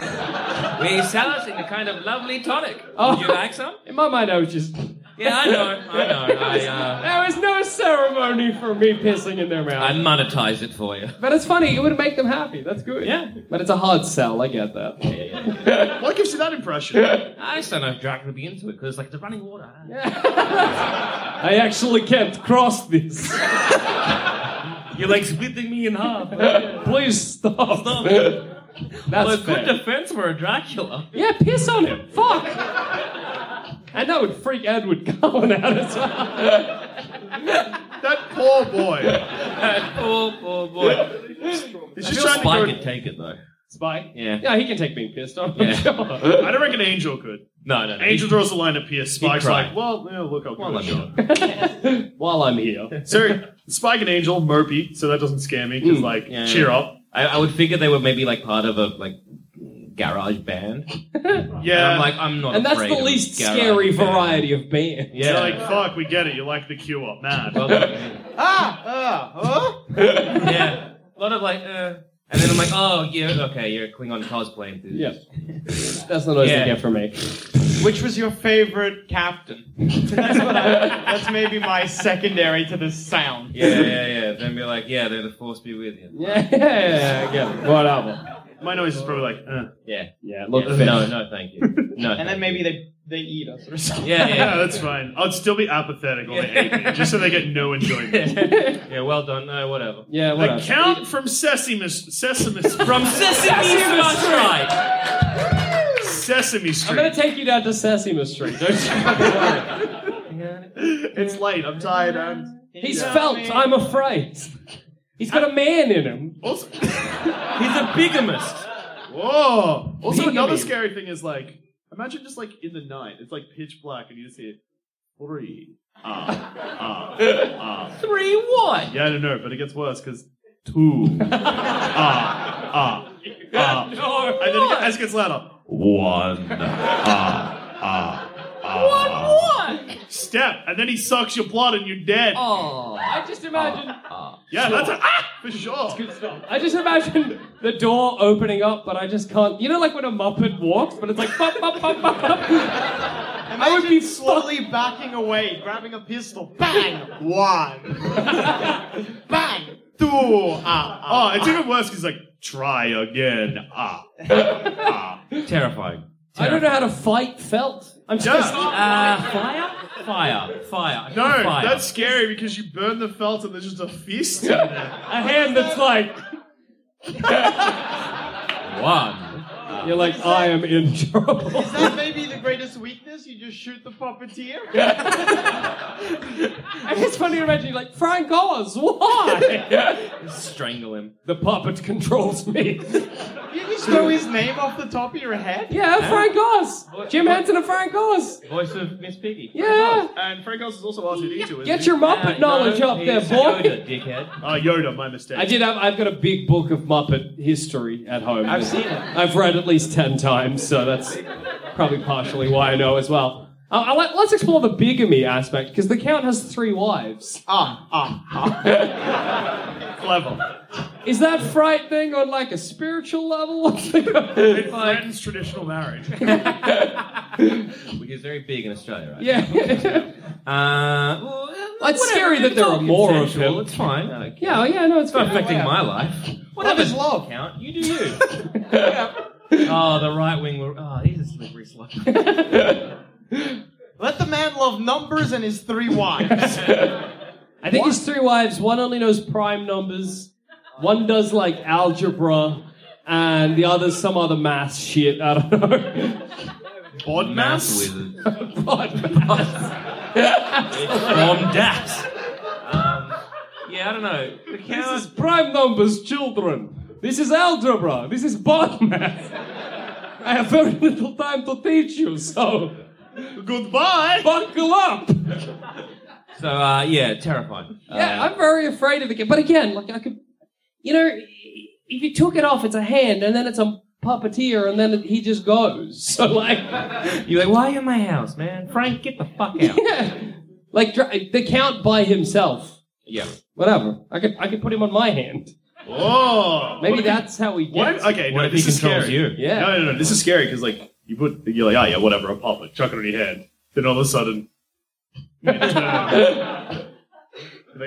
We sell us in a kind of lovely tonic. Oh. Would you like some? In my mind, I was just. Yeah, I know. I know. I, uh, There was no ceremony for me pissing in their mouth. I monetize it for you. But it's funny, it would make them happy. That's good. Yeah. But it's a hard sell, I get that. What gives you that impression? I just don't know if Jack would be into it because, like, the running water. I actually can't cross this. You're like splitting me in half. Please stop. Stop. That's well, a fair. good defense for a Dracula. Yeah, piss on him. Fuck. and that would freak Edward Cullen out as well. that poor boy. Poor, poor boy. Oh, He's I just feel trying Spike to could take it though. Spike. Yeah. Yeah, he can take being pissed on. I'm Yeah. sure. go. I don't reckon Angel could. No, no, no. Angel throws the line at Pierce. Spike's cried. like, well, yeah, look, I'll Well, give it a I'm shot. While I'm here. So Spike and Angel mopey, so that doesn't scare me because like Mm. yeah, cheer yeah. up. I, I would figure they were maybe like part of a like garage band. Uh, And Yeah, I'm like, I'm not. And that's afraid the of least garage scary band. variety of band. Yeah. They're like fuck, we get it. You like the cure, mad. Well, Ah, uh, huh? yeah. A lot of like, uh, and then I'm like, oh, yeah, okay, you're a Klingon cosplay Yeah. enthusiast. That's the noise Yeah. they get from me. Which was your favorite captain? That's, what I, that's maybe my secondary to this sound. Yeah, yeah, yeah. Then be like, yeah, they're the force be with you. Yeah, yeah, I get it. Whatever. My noise is probably like, uh. Yeah. Yeah, look Yeah. fish. No, no, thank you. No. And then maybe they, they eat us or something. Yeah, yeah, yeah. that's fine. I'd still be apathetic on the evening, just so they get no enjoyment. Yeah, well done. No, whatever. Yeah, The whatever. count from Sesame Sesame From from Sesame Street. That's right. Sesame I'm gonna Street. take you down to Sesame Street. Don't you fucking worry. It's late. I'm tired. And He's felt. I'm afraid. He's got a man in him. also, He's a bigamist. whoa. Also, Bigamy. another scary thing is like, imagine just like in the night. It's like pitch black, and you just hear three. Ah, ah, ah. Three what? Yeah, I don't know, but it gets worse because two. ah, ah, ah. No. And then it gets, as it gets louder. One. Ah, ah, ah. What? Step, and then he sucks your blood and you're dead. Oh. I just imagine. yeah, that's a, ah, for sure. I just imagine the door opening up, but I just can't. You know, like when a Muppet walks, but it's like bop, bop, bop, bop, bop. I would be slowly backing away, grabbing a pistol. Bang! One. Bang! Two. Ah, ah. Oh, it's even worse because like, try again. Ah. Terrifying. I don't know how to fight felt. I'm just. Uh, fire? Fire. Fire. No, fire. that's scary because you burn the felt and there's just a fist in there. A hand that's like. one. You're like, I am in trouble. Is that maybe the greatest weakness? You just shoot the puppeteer? And it's funny to imagine, like, Frank Oz, why? Strangle him. the puppet controls me. you just know his name off the top of your head? Yeah, Frank Oz. Jim Henson and Frank Oz. Voice of Miss Piggy. Yeah. And Frank Oz is also R2D2, isn't Get he? your Muppet knowledge up there, boy. Yoda, dickhead. Ah, Yoda, my mistake. I did have. I've got a big book of Muppet history at home. I've seen it. I've read at least ten times, so that's probably partially why I know as well. Uh, I, let, let's explore the bigamy aspect because the Count has three wives. Ah, ah, ah. Clever. Is that frightening on like a spiritual level? It threatens traditional marriage. Which is very big in Australia, right? yeah. Uh, well, Well, it's scary that there are more of him. It's fine. I don't care. yeah. Yeah. No, it's It's not fine. affecting my life. Whatever is love. count, you do you. oh, the right wing. were- Oh, he's a slippery slope. Let the man love numbers and his three wives. I think his three wives. One only knows prime numbers. One does like algebra. and the other's some other math shit. I don't know. Bod Math wizard. From Dax. Um, Yeah, I don't know. The This cow is prime numbers, children. This is algebra. This is bod math. I have very little time to teach you, so goodbye. Buckle up. So uh, yeah, Uh, terrifying. Yeah, I'm very afraid of it. But again, like I could, you know, if you took it off, it's a hand, and then it's a puppeteer, and then he just goes. So like, you're like, why are you in my house, man? Frank, get the fuck out. Yeah. Like dr- the count by himself. Yeah. Whatever. I could I could put him on my hand. Oh, Maybe What if he- that's how he What? gets. Okay, no, this is scary. Yeah. No, no, no. This is scary because like you put you're like, oh yeah, whatever, I'll pop it, chuck it on your head. Then all of a sudden, You're like,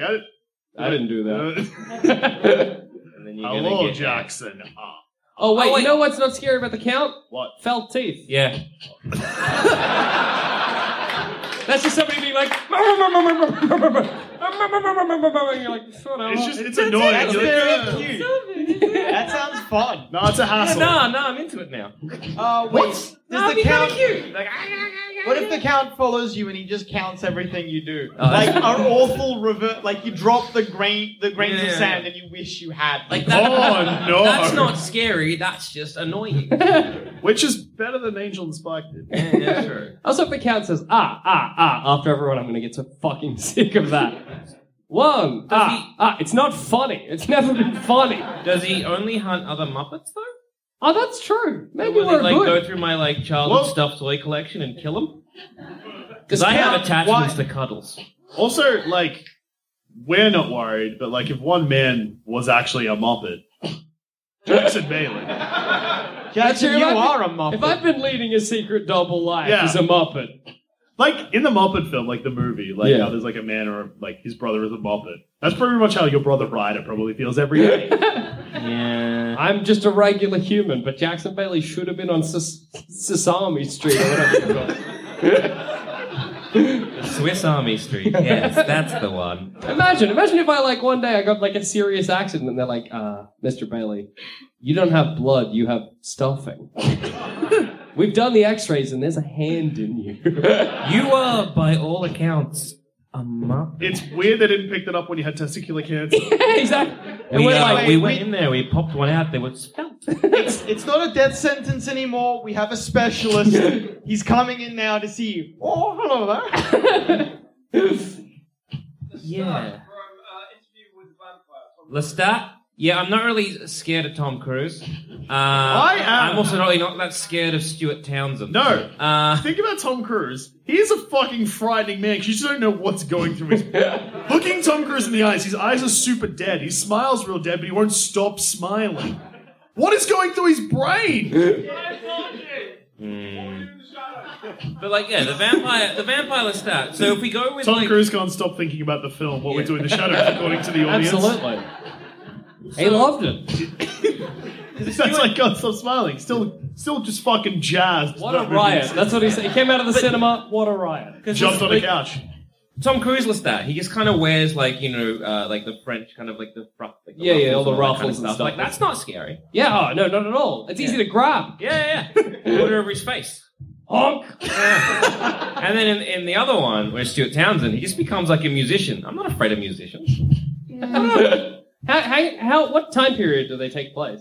I, I didn't do that. and then you're gonna Hello, get- Jackson. Ah. Oh wait, you know what's not scary about the count? What? Felt teeth. Yeah. That's just somebody being like. "Mmm, and you're like, sort of. Oh, It's just it's annoying. You're like, "Ugh." That sounds fun. No, it's a hassle. No, no, I'm into it now. Oh wait, does No, it'd the be count? kinda cute. What if the count follows you and he just counts everything you do? Oh, like that's- an awful revert. Like you drop the grain, the grains Yeah. of sand, and you wish you had. Like them. that, Oh, no. That's not scary. That's just annoying. Which is better than Angel and Spike did. yeah, yeah, sure. Also, if the count says ah ah ah after everyone, I'm going to get so fucking sick of that. One ah ah. It's not funny. It's never been funny. Does he only hunt other Muppets though? Oh, that's true. Maybe Will we're he, like good. go through my like childhood stuffed toy collection and kill them? Because Does I have Count- attachments why- to cuddles. Also, like, we're not worried, but like, if one man was actually a Muppet, Jackson Bailey. Jackson, Actually, you if I've are a been- muppet. If I've been leading a secret double life Yeah. as a muppet, Like in the Muppet film, like the movie, like Yeah. how there's like a man or like his brother is a Muppet. That's pretty much how your brother Ryder probably feels every day. Yeah. I'm just a regular human. But Jackson Bailey should have been on Ses- Sesame Street or whatever. it's called. Swiss Army Street. Yes, that's the one. Imagine, imagine if I like one day I got like a serious accident and they're like, uh, Mr. Bailey, you don't have blood, you have stuffing. We've done the x-rays and there's a hand in you. You are, by all accounts, a Muppet. it's weird they didn't pick that up when you had testicular cancer. exactly. We, wait, uh, wait, we wait. went in there, we popped one out, there was felt. it's, it's not a death sentence anymore. We have a specialist. He's coming in now to see you. Oh, hello there. Yeah. Lestat? Yeah, I'm not really scared of Tom Cruise. Uh, I am. I'm also not really not that scared of Stuart Townsend. No. Uh, Think about Tom Cruise. He's a fucking frightening man 'cause you just don't know what's going through his. Looking Tom Cruise in the eyes, his eyes are super dead. He smiles real dead, but he won't stop smiling. What is going through his brain? but like, yeah, the vampire, the vampire Lestat. So if we go with Tom like, Cruise can't stop thinking about the film while we're doing the shadows, according to the audience. Absolutely. uh, he loved it. That's like God, stop smiling. Still, still just fucking jazzed. What That a movie riot. is- That's what he said. He came out of the cinema, what a riot. Jumped on a like, couch. Tom Cruise was that. He just kind of wears like you know, uh, like the French kind of like the ruff, like the Yeah, yeah, all the and that kind of ruffles and stuff. Like that's not scary. Yeah, oh, no, not at all. It's easy to grab. Yeah, yeah. yeah. Water over his face. Honk. And then in, in the other one, where Stuart Townsend, he just becomes like a musician. I'm not afraid of musicians. How, how, how, what time period do they take place?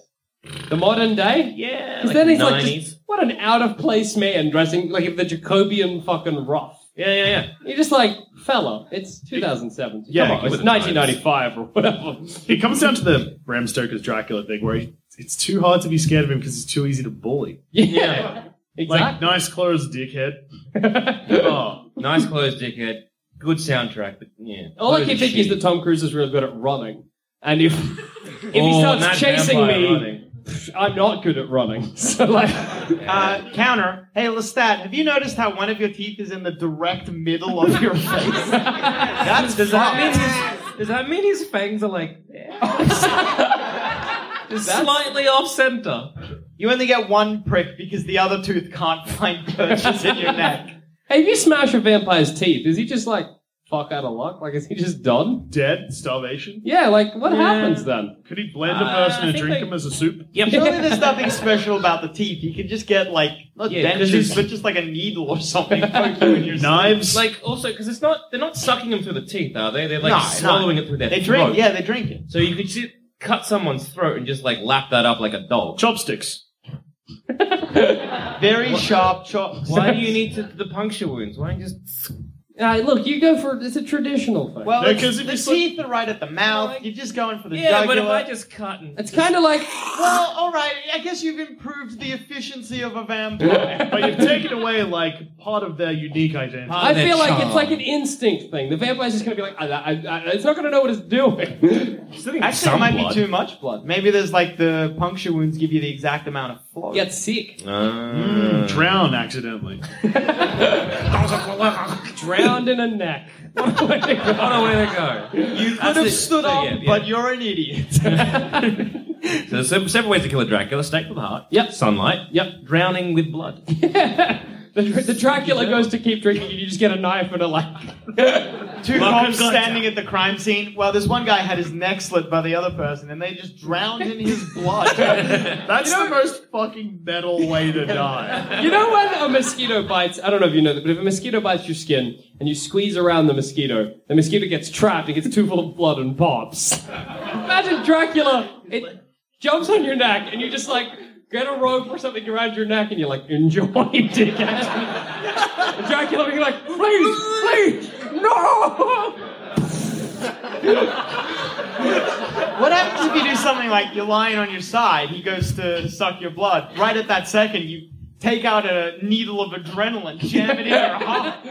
The modern day? Yeah, Because like then he's 90s. like, just, what an out of place man dressing like if the Jacobian fucking rough. yeah, yeah, yeah. You're just like, fella, it's 2007. Yeah, Come on, give it's it a time. 1995 or whatever. It comes down to the Bram Stoker's Dracula thing, where he, it's too hard to be scared of him because it's too easy to bully. Yeah, Like, exactly. nice clothes, dickhead. oh, Nice clothes, dickhead. Good soundtrack, but yeah. All I Clothes can are think is shitty. that Tom Cruise is really good at running, and if if Oh, he Mad starts chasing Vampire me, Running. pff, I'm not good at running. So like, Uh, counter. Hey, Lestat, have you noticed how one of your teeth is in the direct middle of your face? That's Does that mean fun. his, does that mean his fangs are like just slightly off center? You only get one prick because the other tooth can't find purchase in your neck. hey, if you smash a vampire's teeth, is he just like fuck out of luck? Like, is he just done? Dead? Starvation? Yeah, like, what happens then? Could he blend a Uh, person I and think drink they- him as a soup? Surely there's nothing special about the teeth. You could just get like not Yeah, 'cause dentures, he's- but just like a needle or something. poke you in your Knives? Like also because it's not they're not sucking them through the teeth, are they? They're like No, no. swallowing it through their They throat. drink. Yeah, they drink it. So you could just cut someone's throat and just like lap that up like a dog. Chopsticks. Very sharp chops. Why do you need to, the puncture wounds? Why don't you just Uh, look, you go for it's a traditional thing. Well, No, it's- 'cause if the it's like- teeth are right at the mouth. You're just going for the yeah? jugular. But if I just cut and it's kind of like Well, all right. I guess you've improved the efficiency of a vampire. But you've taken away like part of their unique identity. I feel like it's like an instinct thing. The vampire's just gonna be like, I, I, I, it's not gonna know what it's doing. Actually, it might be too much blood. Maybe there's like the puncture wounds give you the exact amount of flow. Get sick, Mm, drown accidentally. drowned in a neck. What a way to go. Oh, where to go? You could That's have it. stood So, up, yeah, yeah. but you're an idiot. So there's sev- several ways to kill a Dracula: stake with the heart, Yep. sunlight, Yep. drowning with blood. The, the Dracula goes to keep drinking, and you just get a knife and a like. Welcome Two cops to- standing at the crime scene. Well, this one guy had his neck slit by the other person, and they just drowned in his blood. That's the most fucking metal way to die. You know when a mosquito bites? I don't know if you know that, but if a mosquito bites your skin and you squeeze around the mosquito, the mosquito gets trapped and gets too full of blood and pops. Imagine Dracula. It jumps on your neck and you just like get a rope or something around your neck and you're like, enjoy, dickhead. And Dracula being like, please, please, no. what happens if you do something like you're lying on your side? He goes to suck your blood. Right at that second, you take out a needle of adrenaline, jam it in your heart.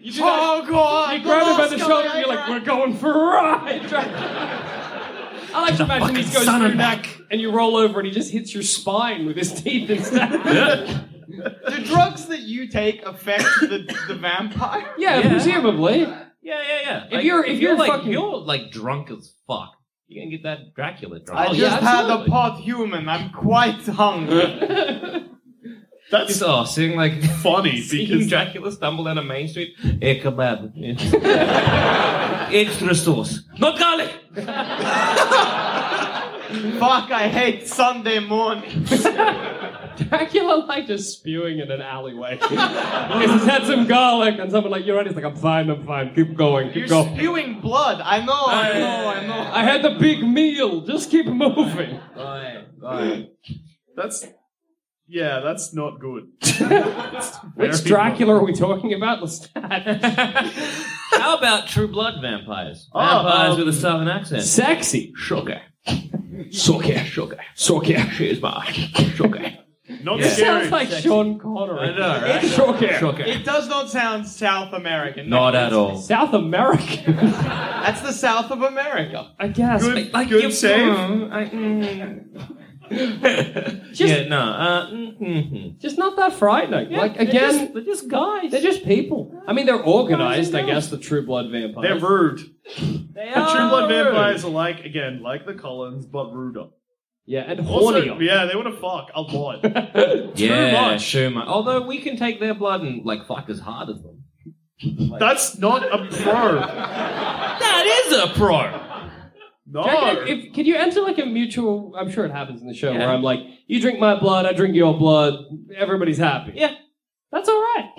You do oh god! You grab him by the last shoulder guy and you're like, I we're going for a ride, Dracula. I like to imagine he goes through neck and you roll over and he just hits your spine with his teeth instead. tried- The drugs that you take affect the, the vampire. Yeah, presumably. Yeah, yeah, yeah. If you're- if you're like fucking- you're like drunk as fuck, you're gonna get that Dracula drunk. I Oh, just yeah, had a absolutely. pot human. I'm quite hungry. That's It's oh, seeing like funny seeing because Dracula stumble down a main street. Eh, kebab. Yeah. Extra sauce, not garlic. Fuck! I hate Sunday morning. Dracula like just spewing in an alleyway. Because he's had some garlic and someone like, you're right, he's like, I'm fine, I'm fine, keep going, keep You're going. spewing blood. I know. I know. I know. I had the big meal, just keep moving. Right, right. that's yeah, that's not good. Which Dracula are we talking about? Lestat. How about True Blood vampires? Oh, vampires um, with a southern accent. Sexy. Sugar, sugar, sugar, sugar. She's mine. Sugar. Not Yeah. scary. Sounds like Sean Connery. I know, right? Sure. Sugar. It does not sound South American. Not at all. South American, That's the South of America. I guess. good good save. I, mm. Just- yeah, no. Uh, mm, mm, mm. Just not that frightening. like they're again, just- they're just guys. They're just people. I mean, they're organized. I guess the True Blood vampires. They're rude. They The True Blood rude. vampires are like again, like the Collins, but ruder. yeah, and Also, hornier. yeah, they want to fuck a lot. Yeah, much. Too much. Although we can take their blood and like fuck as hard as them. That's not a pro. That is a pro. No. Jack, if, if- could you enter like a mutual? I'm sure it happens in the show where Yeah. I'm like, you drink my blood, I drink your blood. Everybody's happy. Yeah. that's all right.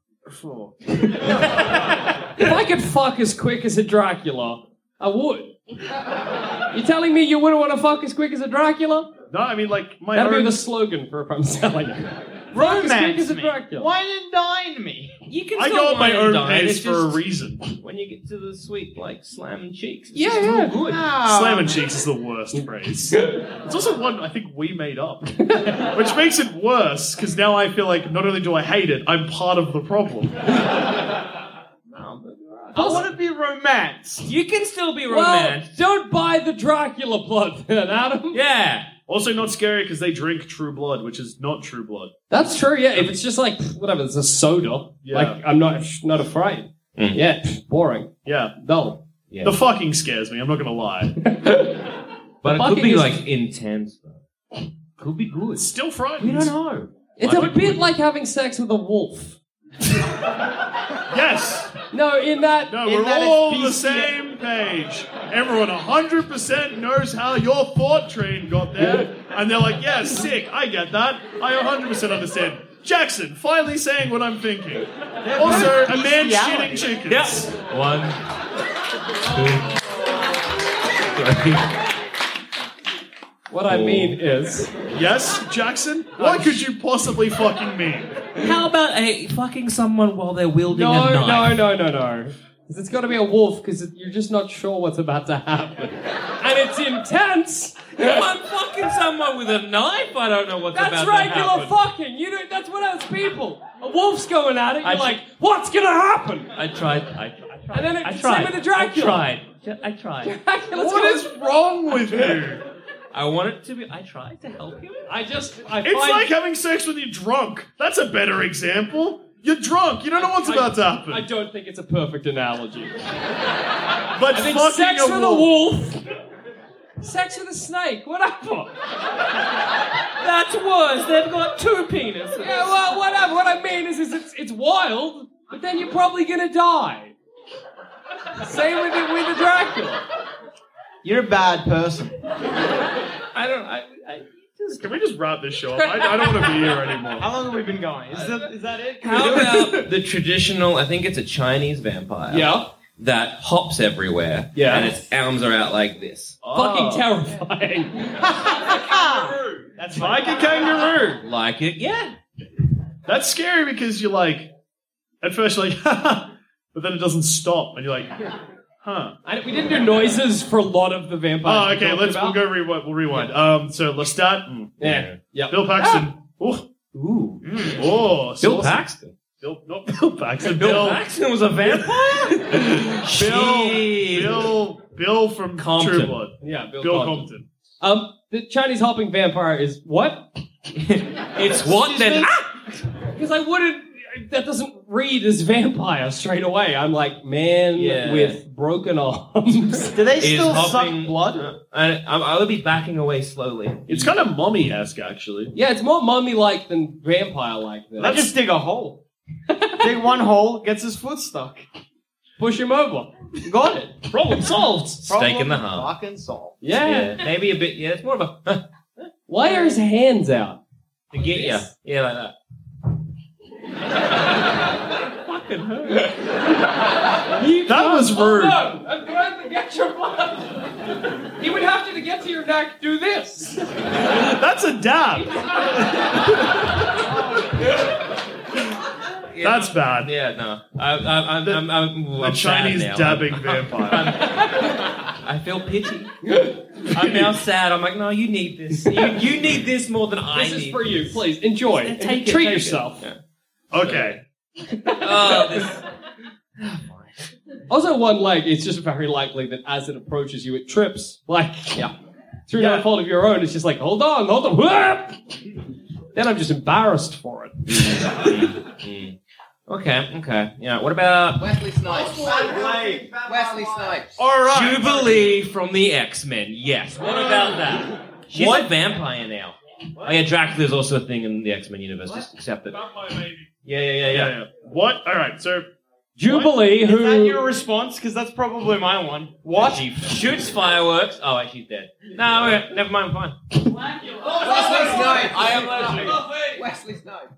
if I could fuck as quick as a Dracula, I would. You're telling me you wouldn't want to fuck as quick as a Dracula? No, I mean like my That'd be own. the slogan for if I'm selling it. Fuck as quick Romance as a me. Dracula. Wine and dine me. You can. I still go at my wine own and dine, pace it's for a just reason. When you get to the sweet, like slamming cheeks. It's Yeah, just yeah. all Good. Ah. Slamming cheeks is the worst phrase. It's also one I think we made up, which makes it worse because now I feel like not only do I hate it, I'm part of the problem. I want to be romance. You can still be Well, romanced. don't buy the Dracula blood then, Adam. yeah. Also, not scary because they drink True Blood, which is not True Blood. That's true. Yeah, if it's just like pff, whatever, it's a soda. Yeah. Like I'm not sh- not afraid. Yeah, pff, boring, Yeah, dull. the fucking scares me. I'm not gonna lie. But it fucking could be is- like intense though. Could be good. Still frightened. We don't know. It's a bit like having sex with a wolf. Yes. No, in that. No, in we're that it's all the BC. same page. Everyone 100% knows how your thought train got there. And they're like, yeah, sick, I get that. I 100% understand. Jackson, finally saying what I'm thinking. Also, a man Bestiality. shitting chickens. Yes. One, two, three. What I mean is. Yes, Jackson? What could you possibly fucking mean? How about a fucking someone while they're wielding No, a knife? no, no, no, no. 'Cause It's got to be a wolf because you're just not sure what's about to happen. And it's intense. If I'm fucking someone with a knife, I don't know what's That's about right, to you're happen. a fucking. You don't, that's what else people. A wolf's going at it. You're I- like, what's gonna happen? I tried. I, I tried. And then I it's tried. same with the I Dracula. tried. Ju- I tried. Dracula's What going- is wrong with you? I wanted to be. I tried to help you. I just. I It's find, like having sex when you're drunk. That's a better example. You're drunk. You don't know what's about to happen. I don't think it's a perfect analogy. but I think fucking sex a with a wolf. Sex with a snake. Whatever. That's worse. They've got two penises. Yeah, well, whatever. What I mean is, is it's, it's wild, but then you're probably gonna die. Same with the, with the Dracula. You're a bad person. I don't. I, I just. Can we just wrap this show up? I, I don't want to be here anymore. How long have we been going? Is that, is that it? How about the traditional? I think it's a Chinese vampire. Yeah. That hops everywhere. Yeah. And its arms are out like this, Fucking terrifying. That's Like a kangaroo. like it. Yeah. That's scary because you're like, at first you're like, but then it doesn't stop, and you're like, huh. I, we didn't do noises for a lot of the vampires. Oh, we okay. talked Let's we'll about. go rewind. We'll rewind. Um, so Lestat, Yeah. Yeah. Bill Paxton. Oh, Ooh. oh, Bill saucy. Paxton. Bill, not Bill Paxton. Bill, Bill, Paxton was a vampire. Bill, Shit. Bill, Bill from Compton. True Blood. Yeah. Bill, Bill Compton. Compton. Um, the Chinese hopping vampire is what? It's what then? Ah! Because I wouldn't. That doesn't read as vampire straight away. I'm like man Yeah. with broken arms. Do they Is still hopping- suck blood? Uh, and I, I would be backing away slowly. It's kind of mummy esque, actually. yeah, it's more mummy-like than vampire-like. Though. I just dig a hole. dig one hole, gets his foot stuck. push him over. Got it. Problem solved. Stake in the Problem heart. Fucking solved. Yeah. maybe a bit. Yeah, it's more of a huh, Why are his hands out? to get you. Yeah, like that. You That was rude. Oh, no. I'm trying to get your blood. he would have to, to get to your neck. Do this. That's a dab. That's bad. Yeah, no. I, I, I'm, I'm, I'm, I'm A Chinese sad now. dabbing vampire. I feel pity. I'm now sad. I'm like, no, you need this. You, you need this more than I This is need. for you. Please enjoy. Yeah, take it, Treat take it. yourself. okay. Oh, this. Also, one leg. It's just very likely that as it approaches you, it trips. Like yeah, through no Yeah. fault of your own. It's just like hold on, hold on. Whoop! Then I'm just embarrassed for it. Okay, okay. Yeah. What about Wesley Snipes. Wesley Snipes. Oh, All right. Jubilee from the X Men? Yes. What about that? She's what? a vampire now. Oh yeah, Dracula's also a thing in the X Men universe. Just accept it. Yeah, yeah, yeah, Yeah, yeah. yeah. What? All right. So Jubilee, Is who that your response? Because that's probably my one. What? She shoots fireworks. Oh, wait, she's dead. No, okay, never mind. I'm fine. Wesley Snipes. I am allergic. Wesley Snipes.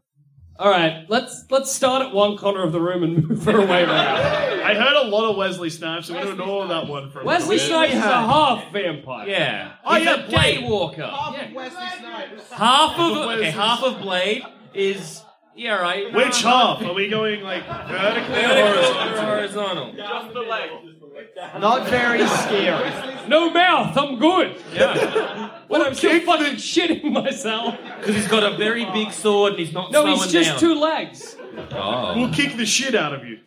All right, let's let's start at one corner of the room and move her away. Right I heard a lot of Wesley Snipes. I'm going to ignore that one for a now. Wesley minute. Snipes is a half vampire. Yeah. Oh, He's yeah, a Blade. daywalker. Wesley Snipes. Half of Blade okay, is- half of Blade is yeah, right. Which half? Are we going like vertically Vertical or or horizontally? horizontal? Not very scary. No mouth. I'm good. Yeah. But I'm still fucking shitting myself. Because he's got a very big sword and he's not No, slowing he's just down. two legs. Oh. We'll kick the shit out of you.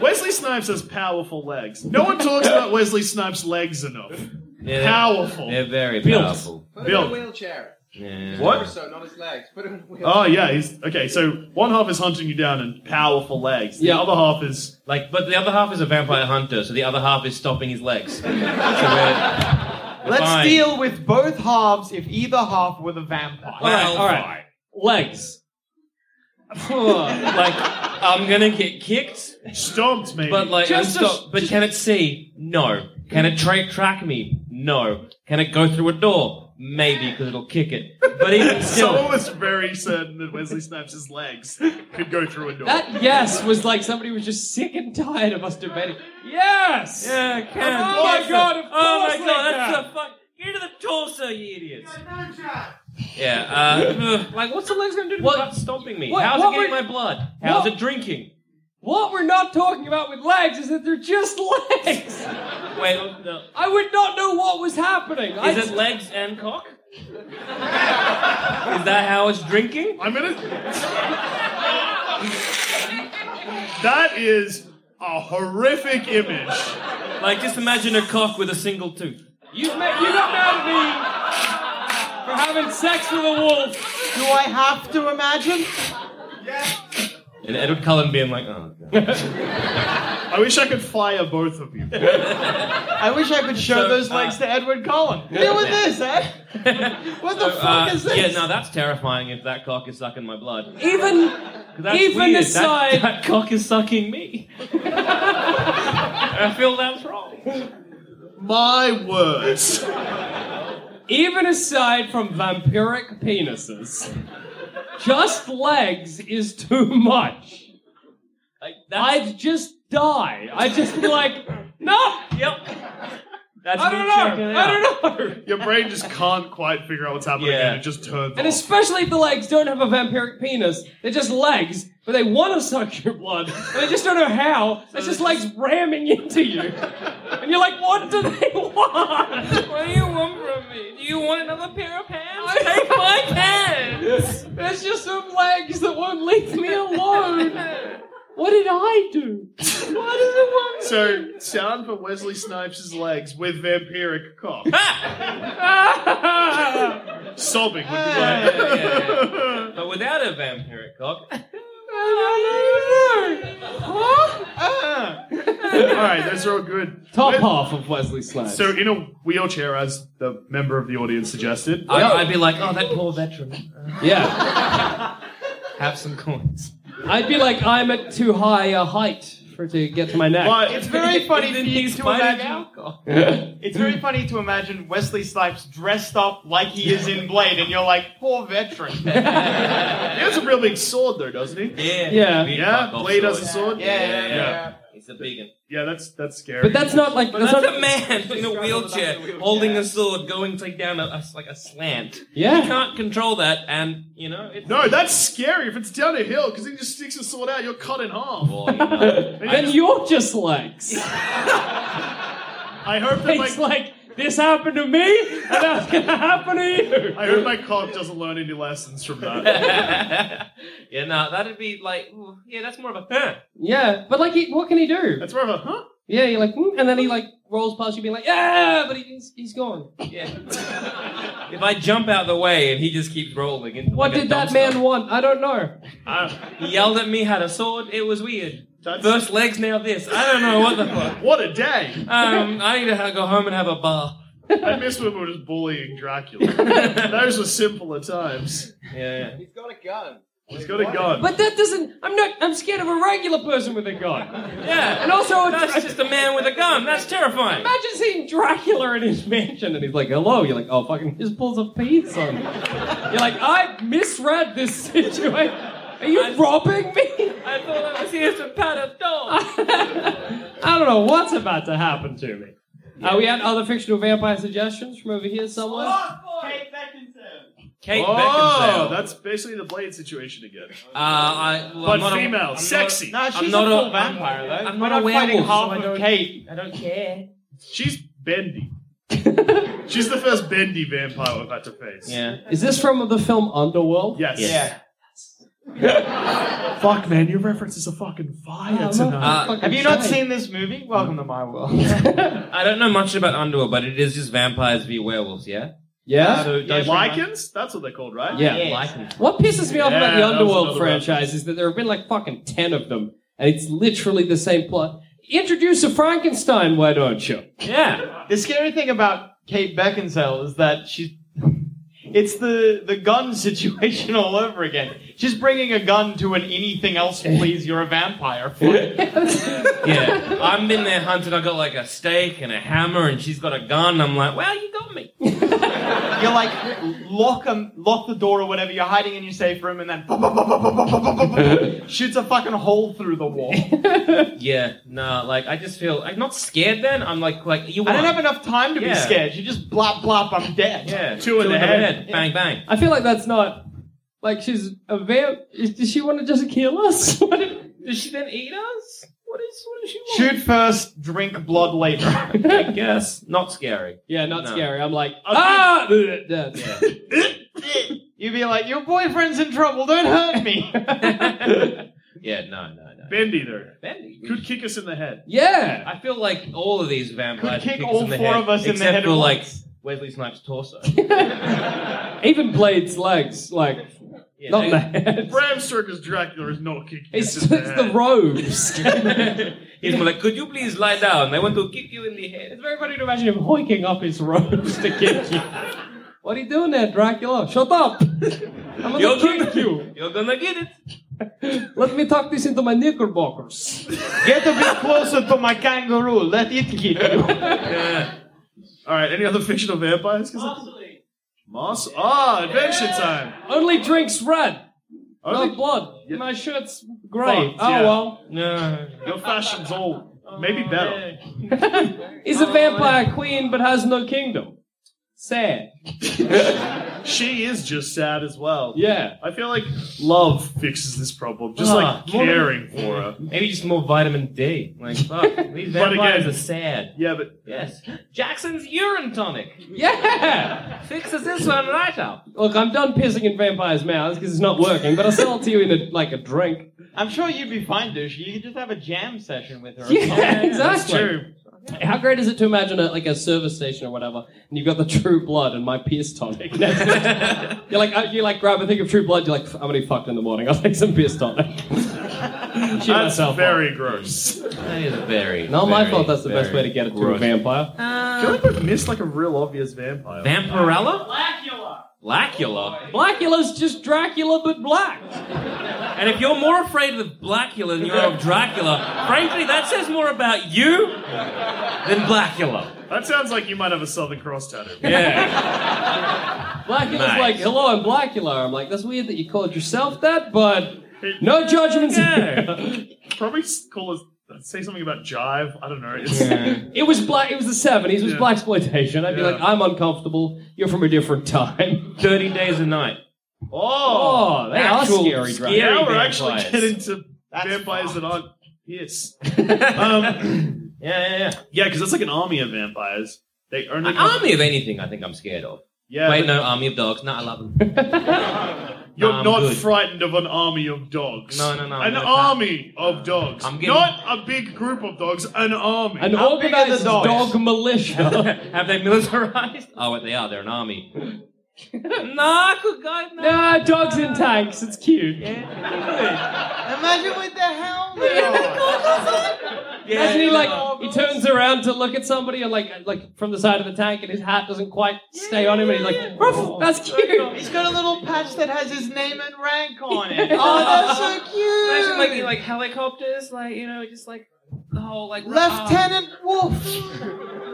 Wesley Snipes has powerful legs. No one talks about Weslly Snipes' legs enough. Yeah, they're- Powerful. They're very Built. powerful. Put him Bill. in a wheelchair. Yeah. So not his legs. Put him in a wheelchair. Oh yeah, he's okay. So one half is hunting you down and powerful legs. The Yeah. other half is Like, but the other half is a vampire hunter, so the other half is stopping his legs. So we're- Let's Fine. deal with both halves if either half were the vampire. All right, Well, all right. Legs. like I'm gonna get kicked, stomped, maybe. But like, Just I'm a- stomped. but can it see? No. Can it tra- track me? No. Can it go through a door? Maybe because Oh it'll kick it. But even still, Someone was very certain that Wesley Snipes' legs could go through a door. That yes was like somebody was just sick and tired of us debating. Yes. Yeah, can. Oh my god. Of Oh my course god, they that's can. a fuck. Get to the torso, you idiots. Yeah. Uh, like, what's the legs gonna do to What- me? without stomping me? what- How's what it getting were- my blood? How's what- it drinking? What we're not talking about with legs is that they're just legs. Wait, no. I would not know what was happening. I Is it legs and cock? Is that how it's drinking? I'm gonna. That is a horrific image. Like, just imagine a cock with a single tooth. You've met, you got mad at me for having sex with a wolf. Do I have to imagine? And Edward Cullen being like, oh, God. I wish I could fire both of you. I wish I could show So, those legs uh, to Edward Cullen. Deal with this, eh? What the fuck is this? uh, yeah, no, that's terrifying if that cock is sucking my blood. Even 'Cause That's even weird. That- aside, that, cock is sucking me. I feel that's wrong. My words. even aside from vampiric penises, just legs is too much. Like, that's, I'd just die. I'd just be like, no. yep. That's I me don't checking it know. out. I don't know. Your brain just can't quite figure out what's happening, Yeah. and it just turns. And off. especially if the legs don't have a vampiric penis, they're just legs, but they want to suck your blood, but they just don't know how. It's just legs ramming into you, and you're like, "What do they want? What do you want from me? Do you want another pair of pants? Take my pants! There's just some legs that won't leave me alone. What did I do? Why does it want me?" So, sound for Wesley Snipes' legs with vampiric cock. Sobbing would be Ah, like. But without a vampiric cock, Ah. Alright, those are all good. Top Wait, half of Wesley Snipes. So, in a wheelchair, as the member of the audience suggested, I'd, I'd be like, oh, that poor veteran. yeah, Have some coins. I'd be like, I'm at too high a height for to get to my neck. but It's very funny for Isn't you he to spider imagine. cock? It's very funny to imagine Wesley Snipes dressed up like he is in Blade, and you're like, poor veteran. Yeah, he has a real big sword, though, doesn't he? Yeah. Yeah. Big Yeah, cock off Blade has sword. a sword. yeah, yeah. He's a big one. Yeah, that's that's scary. But that's not like That's, not, a man in a wheelchair holding a sword going to down a, a s- like a slant. Yeah. You can't control that, and, you know, it's. no, that's scary. If it's down a hill, because he just sticks a sword out, you're cut in half. Boy, you know. Then you're just legs. I hope that It's my like this happened to me, and that's gonna happen to you. I hope my cock doesn't learn any lessons from that. yeah, no, that'd be like, ooh, yeah, that's more of a. Huh. Yeah, but like, he, what can he do? That's more of a huh? Yeah, you're like, "Hmm," and then he like rolls past you, being like, yeah, but he, he's he's gone. If I jump out the way and he just keeps rolling into What like a did that dumpster. man want? I don't know. Ah, He yelled at me, had a sword. It was weird. That's- First legs, now this. I don't know what the fuck. what a day! Um, I need to ha- go home and have a bar. I miss when we were just bullying Dracula. Those were simpler times. Yeah, He's got a gun. He's got a gun. But that doesn't. I'm not. I'm scared of a regular person with a gun. yeah. yeah. And also, it's, that's just a man with a gun. That's terrifying. imagine seeing Dracula in his mansion, and he's like, "Hello." You're like, "Oh, fucking!" Just pulls a pizza. on you. You're like, "I misread this situation. Are you robbing me?" I thought I was here to pat a dog. I don't know what's about to happen to me. Uh, we had other fictional vampire suggestions from over here somewhere. Kate Oh, Beckinsale. that's basically the blade situation again. uh, I, well, I'm But not a- female, I'm sexy. Nah, she's I'm not a a- full I'm- vampire, though. I'm We're not a fighting werewolf, so half I of don't- Kate. Not, I don't care. She's bendy. She's the first bendy vampire we've had to face. Yeah. Is this from the film Underworld? Yes. Yeah. Fuck, man, your references are fucking fire I'm tonight. not Oh, fucking Have you not shy. seen this movie? Welcome to my world. I don't know much about Underworld, but it is just vampires v werewolves. Yeah. Yeah. So does- Lycans? That's what they're called, right? Yeah. Lycan. What pisses me off Yeah, about that the was Underworld another franchise is that there have been like fucking ten of them, and it's literally the same plot. Introduce a Frankenstein, why don't you? Yeah. The scary thing about Kate Beckinsale is that she's It's the the gun situation all over again. Just bringing a gun to an anything else, please. You're a vampire. yeah, I'm in there hunting. I got like a stake and a hammer, and she's got a gun. I'm like, well, you got me. You're like lock 'em- lock the door or whatever. You're hiding in your safe room, and then bum, bum, bum, bum, bum, bum, bum, bum, bum, shoots a fucking hole through the wall. Yeah, no, like I just feel I'm not scared. Then I'm like, like you. I don't won. have enough time to Yeah. be scared. You just blop blop. I'm dead. Yeah, Two in the head. bang bang. I feel like that's not like she's a vamp. is- Does she want to just kill us? What if- Does she then eat us? What is? What does she want? Shoot first, drink blood later. I guess not scary. yeah, not No. scary. I'm like ah. bleh, that's- You'd be like, your boyfriend's in trouble. Don't hurt me. Yeah, no, no, no. Bend either. Bendy Could kick us in the head. Yeah. I feel like all of these vampires Could kick kick us all in the four head, of us in the except head at for like once. Wesley Snipes' torso. Even Blade's legs, like Yeah, not they- the head. Bram Stoker's Dracula is not kicking He us in the slits head. the robes. He's more like, could you please lie down? I want to kick you in the head. It's very funny to imagine him hoiking up his robes to kick you. What are you doing there, Dracula? Shut up! I'm gonna You're gonna- kick you. You're gonna get it. Let me tuck this into my knickerbockers. Get a bit closer to my kangaroo. Let it kill you. All right, any other fictional vampires? 'Cause I- Moss? Ah, adventure time. Only drinks red, Only- not blood. My shirt's grey. Fucked, Oh Oh. yeah. well. No. Your fashion's old. Maybe better. He's a vampire queen but has no kingdom. Sad. She is just sad as well. Yeah. I feel like love fixes this problem. Just Ah, like more than- caring for her. Maybe just more vitamin D. Like, fuck. These But vampires again- are sad. Yeah, but Yes. Jackson's urine tonic. Yeah! Fixes this one right up. Look, I'm done pissing in vampires' mouths because it's not working, but I'll sell it to you in a, like a drink. I'm sure you'd be fine, douche. You could just have a jam session with her. or Yeah, something. exactly. How great is it to imagine a, like a service station or whatever, and you've got the True Blood and my Pierce tonic. next to it. you're like, uh, you like grab a thing of True Blood. You're like, I'm gonna be fucked in the morning. I'll take some Pierce tonic. Cheer that's myself up. very gross. That is very. Not my very, fault. That's the best way very to get it to a gross. vampire. I feel like we've missed like a real obvious vampire. Vampirella? Blackula. Blackula's just Dracula but black. And if you're more afraid of Blackula than you are of Dracula, frankly, that says more about you than Blackula. that sounds like you might have a Southern Cross tattoo. Yeah. Blackula's Nice. like, hello, I'm Blackula. I'm like, that's weird that you called yourself that, but no judgments. here. Probably s- call us. Say something about jive. I don't know. It's, It was black. It was the seventies. It was Yeah. black exploitation. I'd be Yeah. like, I'm uncomfortable. You're from a different time. 30 days a night. Oh, Oh, they are Actual scary. scary- Dracula. now we're vampires. actually getting to vampires that aren't yes. um, Yeah, yeah, yeah. yeah, because that's like an army of vampires. They only An army of anything, I think I'm scared of. Yeah, Wait, but no, army of dogs. No, I love them. you're I'm not good. frightened of an army of dogs. No, no, no, An no, no. army of dogs. I'm getting- Not a big group of dogs. An army. An How big are the organized dogs? dog militia. Have they militarized? Oh, what they are. They're an army. no, good guy. No. nah, Ah, dogs in tanks. It's cute. Imagine with the helmet. on. Imagine he like he turns around to look at somebody and like like from the side of the tank and his hat doesn't quite stay on him and he's like, "Ruff, that's cute. He's got a little patch that has his name and rank on it. Oh, that's so cute. Imagine like in, like helicopters, like you know, just like the whole like Ah. Lieutenant Wolf.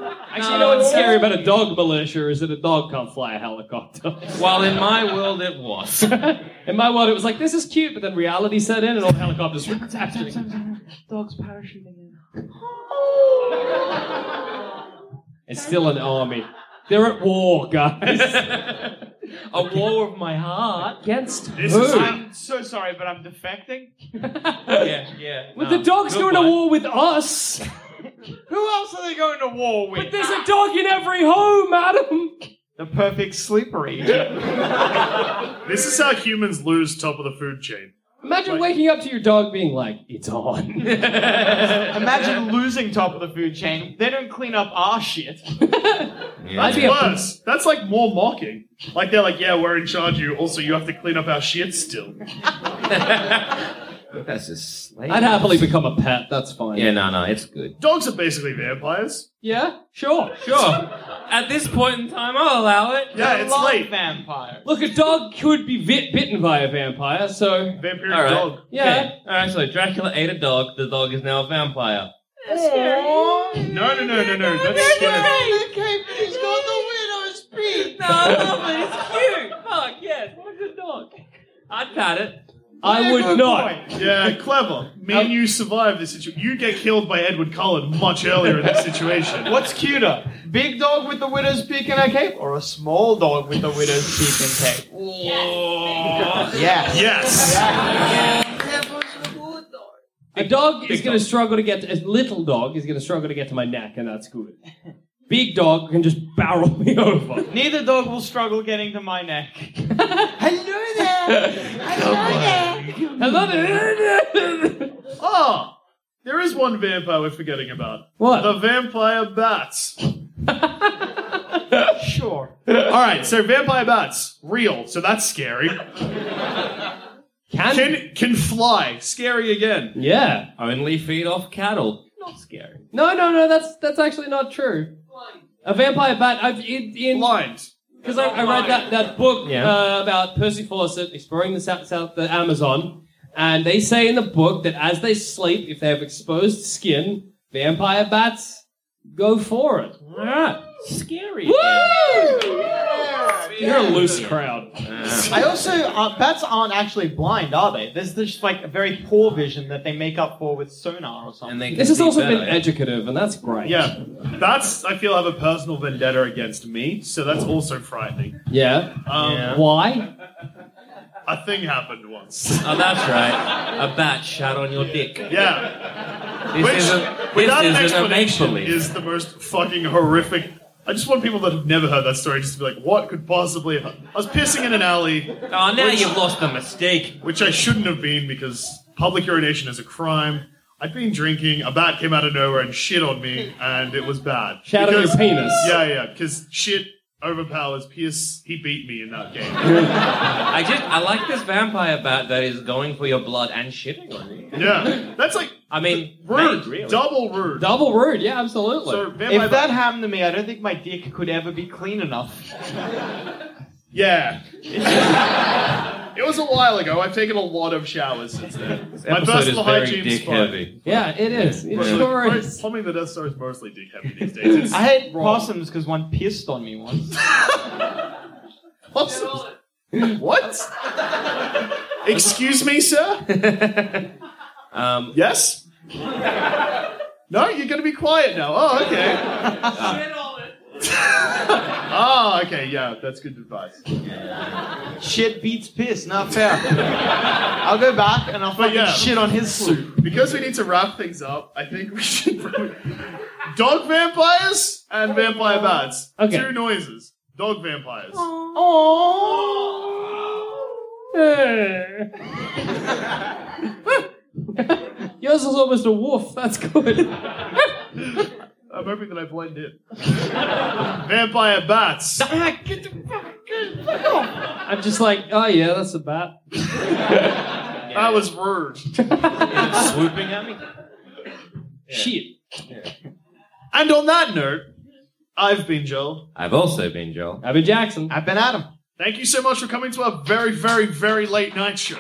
Actually, you know what's scary about a dog militia is that a dog can't fly a helicopter. Well, in my world, it was. in my world, it was like this is cute, but then reality set in and all helicopters were actually. Dogs parachuting in. It's still an army. They're at war, guys. A war of my heart. Against This who? is- I'm so sorry, but I'm defecting. Yeah, yeah. With no, the dogs good going to one. war with us. Who else are they going to war with? There's a dog in every home, madam. The perfect sleeper agent. This is how humans lose top of the food chain. Imagine waking up to your dog being like, "It's on." Imagine losing top of the food chain. They don't clean up our shit. I'd be a, Worse. That's like more mocking. Like they're like, yeah, we're in charge. of You also, you have to clean up our shit still. That's just slave. I'd happily become a pet. That's fine. Yeah, no, no, it's good. Dogs are basically vampires. Yeah, sure, sure. At this point in time, I'll allow it. Yeah, it's late. Vampire. Look, a dog could be vi- bitten by a vampire, so Vampiric All right. dog. yeah. Okay. All right. So Dracula ate a dog. The dog is now a vampire. No, no, no, no, no. That's scary. He's got the widow's peak. No, I love it. It's cute. Fuck yes. What a good dog. I'd pat it. I would not. Yeah, clever. Me and you survive this situation. You get killed by Edward Cullen much earlier in this situation. What's cuter, big dog with the widow's peak and a cape, or a small dog with the widow's peak and Yes. cape? Yes. yes. A dog is going to struggle to get to, a little dog is going to struggle to get to my neck, and that's good. Big dog can just barrel me over. Neither dog will struggle getting to my neck. Hello there. Hello there. Hello there. Oh, there is one vampire we're forgetting about. What? The vampire bats. Sure. All right, so vampire bats, real. So that's scary. Can, Can can fly, scary again. yeah. Only feed off cattle. Not scary. No, no, no. That's that's actually not true. A vampire bat. I've in in Blind. because I, I read that that book Yeah. uh, about Percy Fawcett exploring the south, south the Amazon, and they say in the book that as they sleep, if they have exposed skin, vampire bats go for it. Scary. You're a loose crowd. I also uh, bats aren't actually blind, are they? There's just like a very poor vision that they make up for with sonar or something. And they can This has see also better. been educative, and that's great. Yeah, bats. I feel have a personal vendetta against me, so that's also frightening. Yeah. Um, Why? A thing happened once. Oh, that's right. A bat shat on your dick. Yeah, This which isn't, without an this isn't a explanation make-believe. is the most fucking horrific. I just want people that have never heard that story just to be like, what could possibly? ha- I was pissing in an alley, Oh, now you've lost the mistake. which I shouldn't have been because public urination is a crime. I'd been drinking. A bat came out of nowhere and shit on me, and it was bad. Shout out your Because- penis. Yeah, yeah, because shit overpowers. Pierce, he beat me in that game. I just I like this vampire bat that is going for your blood and shitting on you. Yeah, that's like I mean, rude, mate, really. double rude. Double rude, yeah, absolutely. So vampire if that happened to me, I don't think my dick could ever be clean enough. yeah, it was a while ago. I've taken a lot of showers since then. This My episode is personal very hygiene's dick fine. heavy. yeah, it is. It sure Plumbing is. plumbing the Death Star is mostly dick heavy these days. It's- I had possums because one pissed on me once. possums. What? Excuse me, sir. Um, Yes. No, you're going to be quiet now. Oh, okay. oh, okay. Yeah, that's good advice. shit beats piss, not fair. I'll go back and I'll fucking yeah. shit on his soup. Because we need to wrap things up, I think we should. probably- Dog vampires and vampire bats. Okay. Two noises. Dog vampires. Yours is almost a wolf. That's good. I'm hoping that I blend in. vampire bats. I'm just like, oh yeah, that's a bat. That was rude. swooping at me. Shit. And on that note, I've been Joel. I've also been Joel. Abby Jackson. I've been at him. Thank you so much for coming to our very, very, very late night show.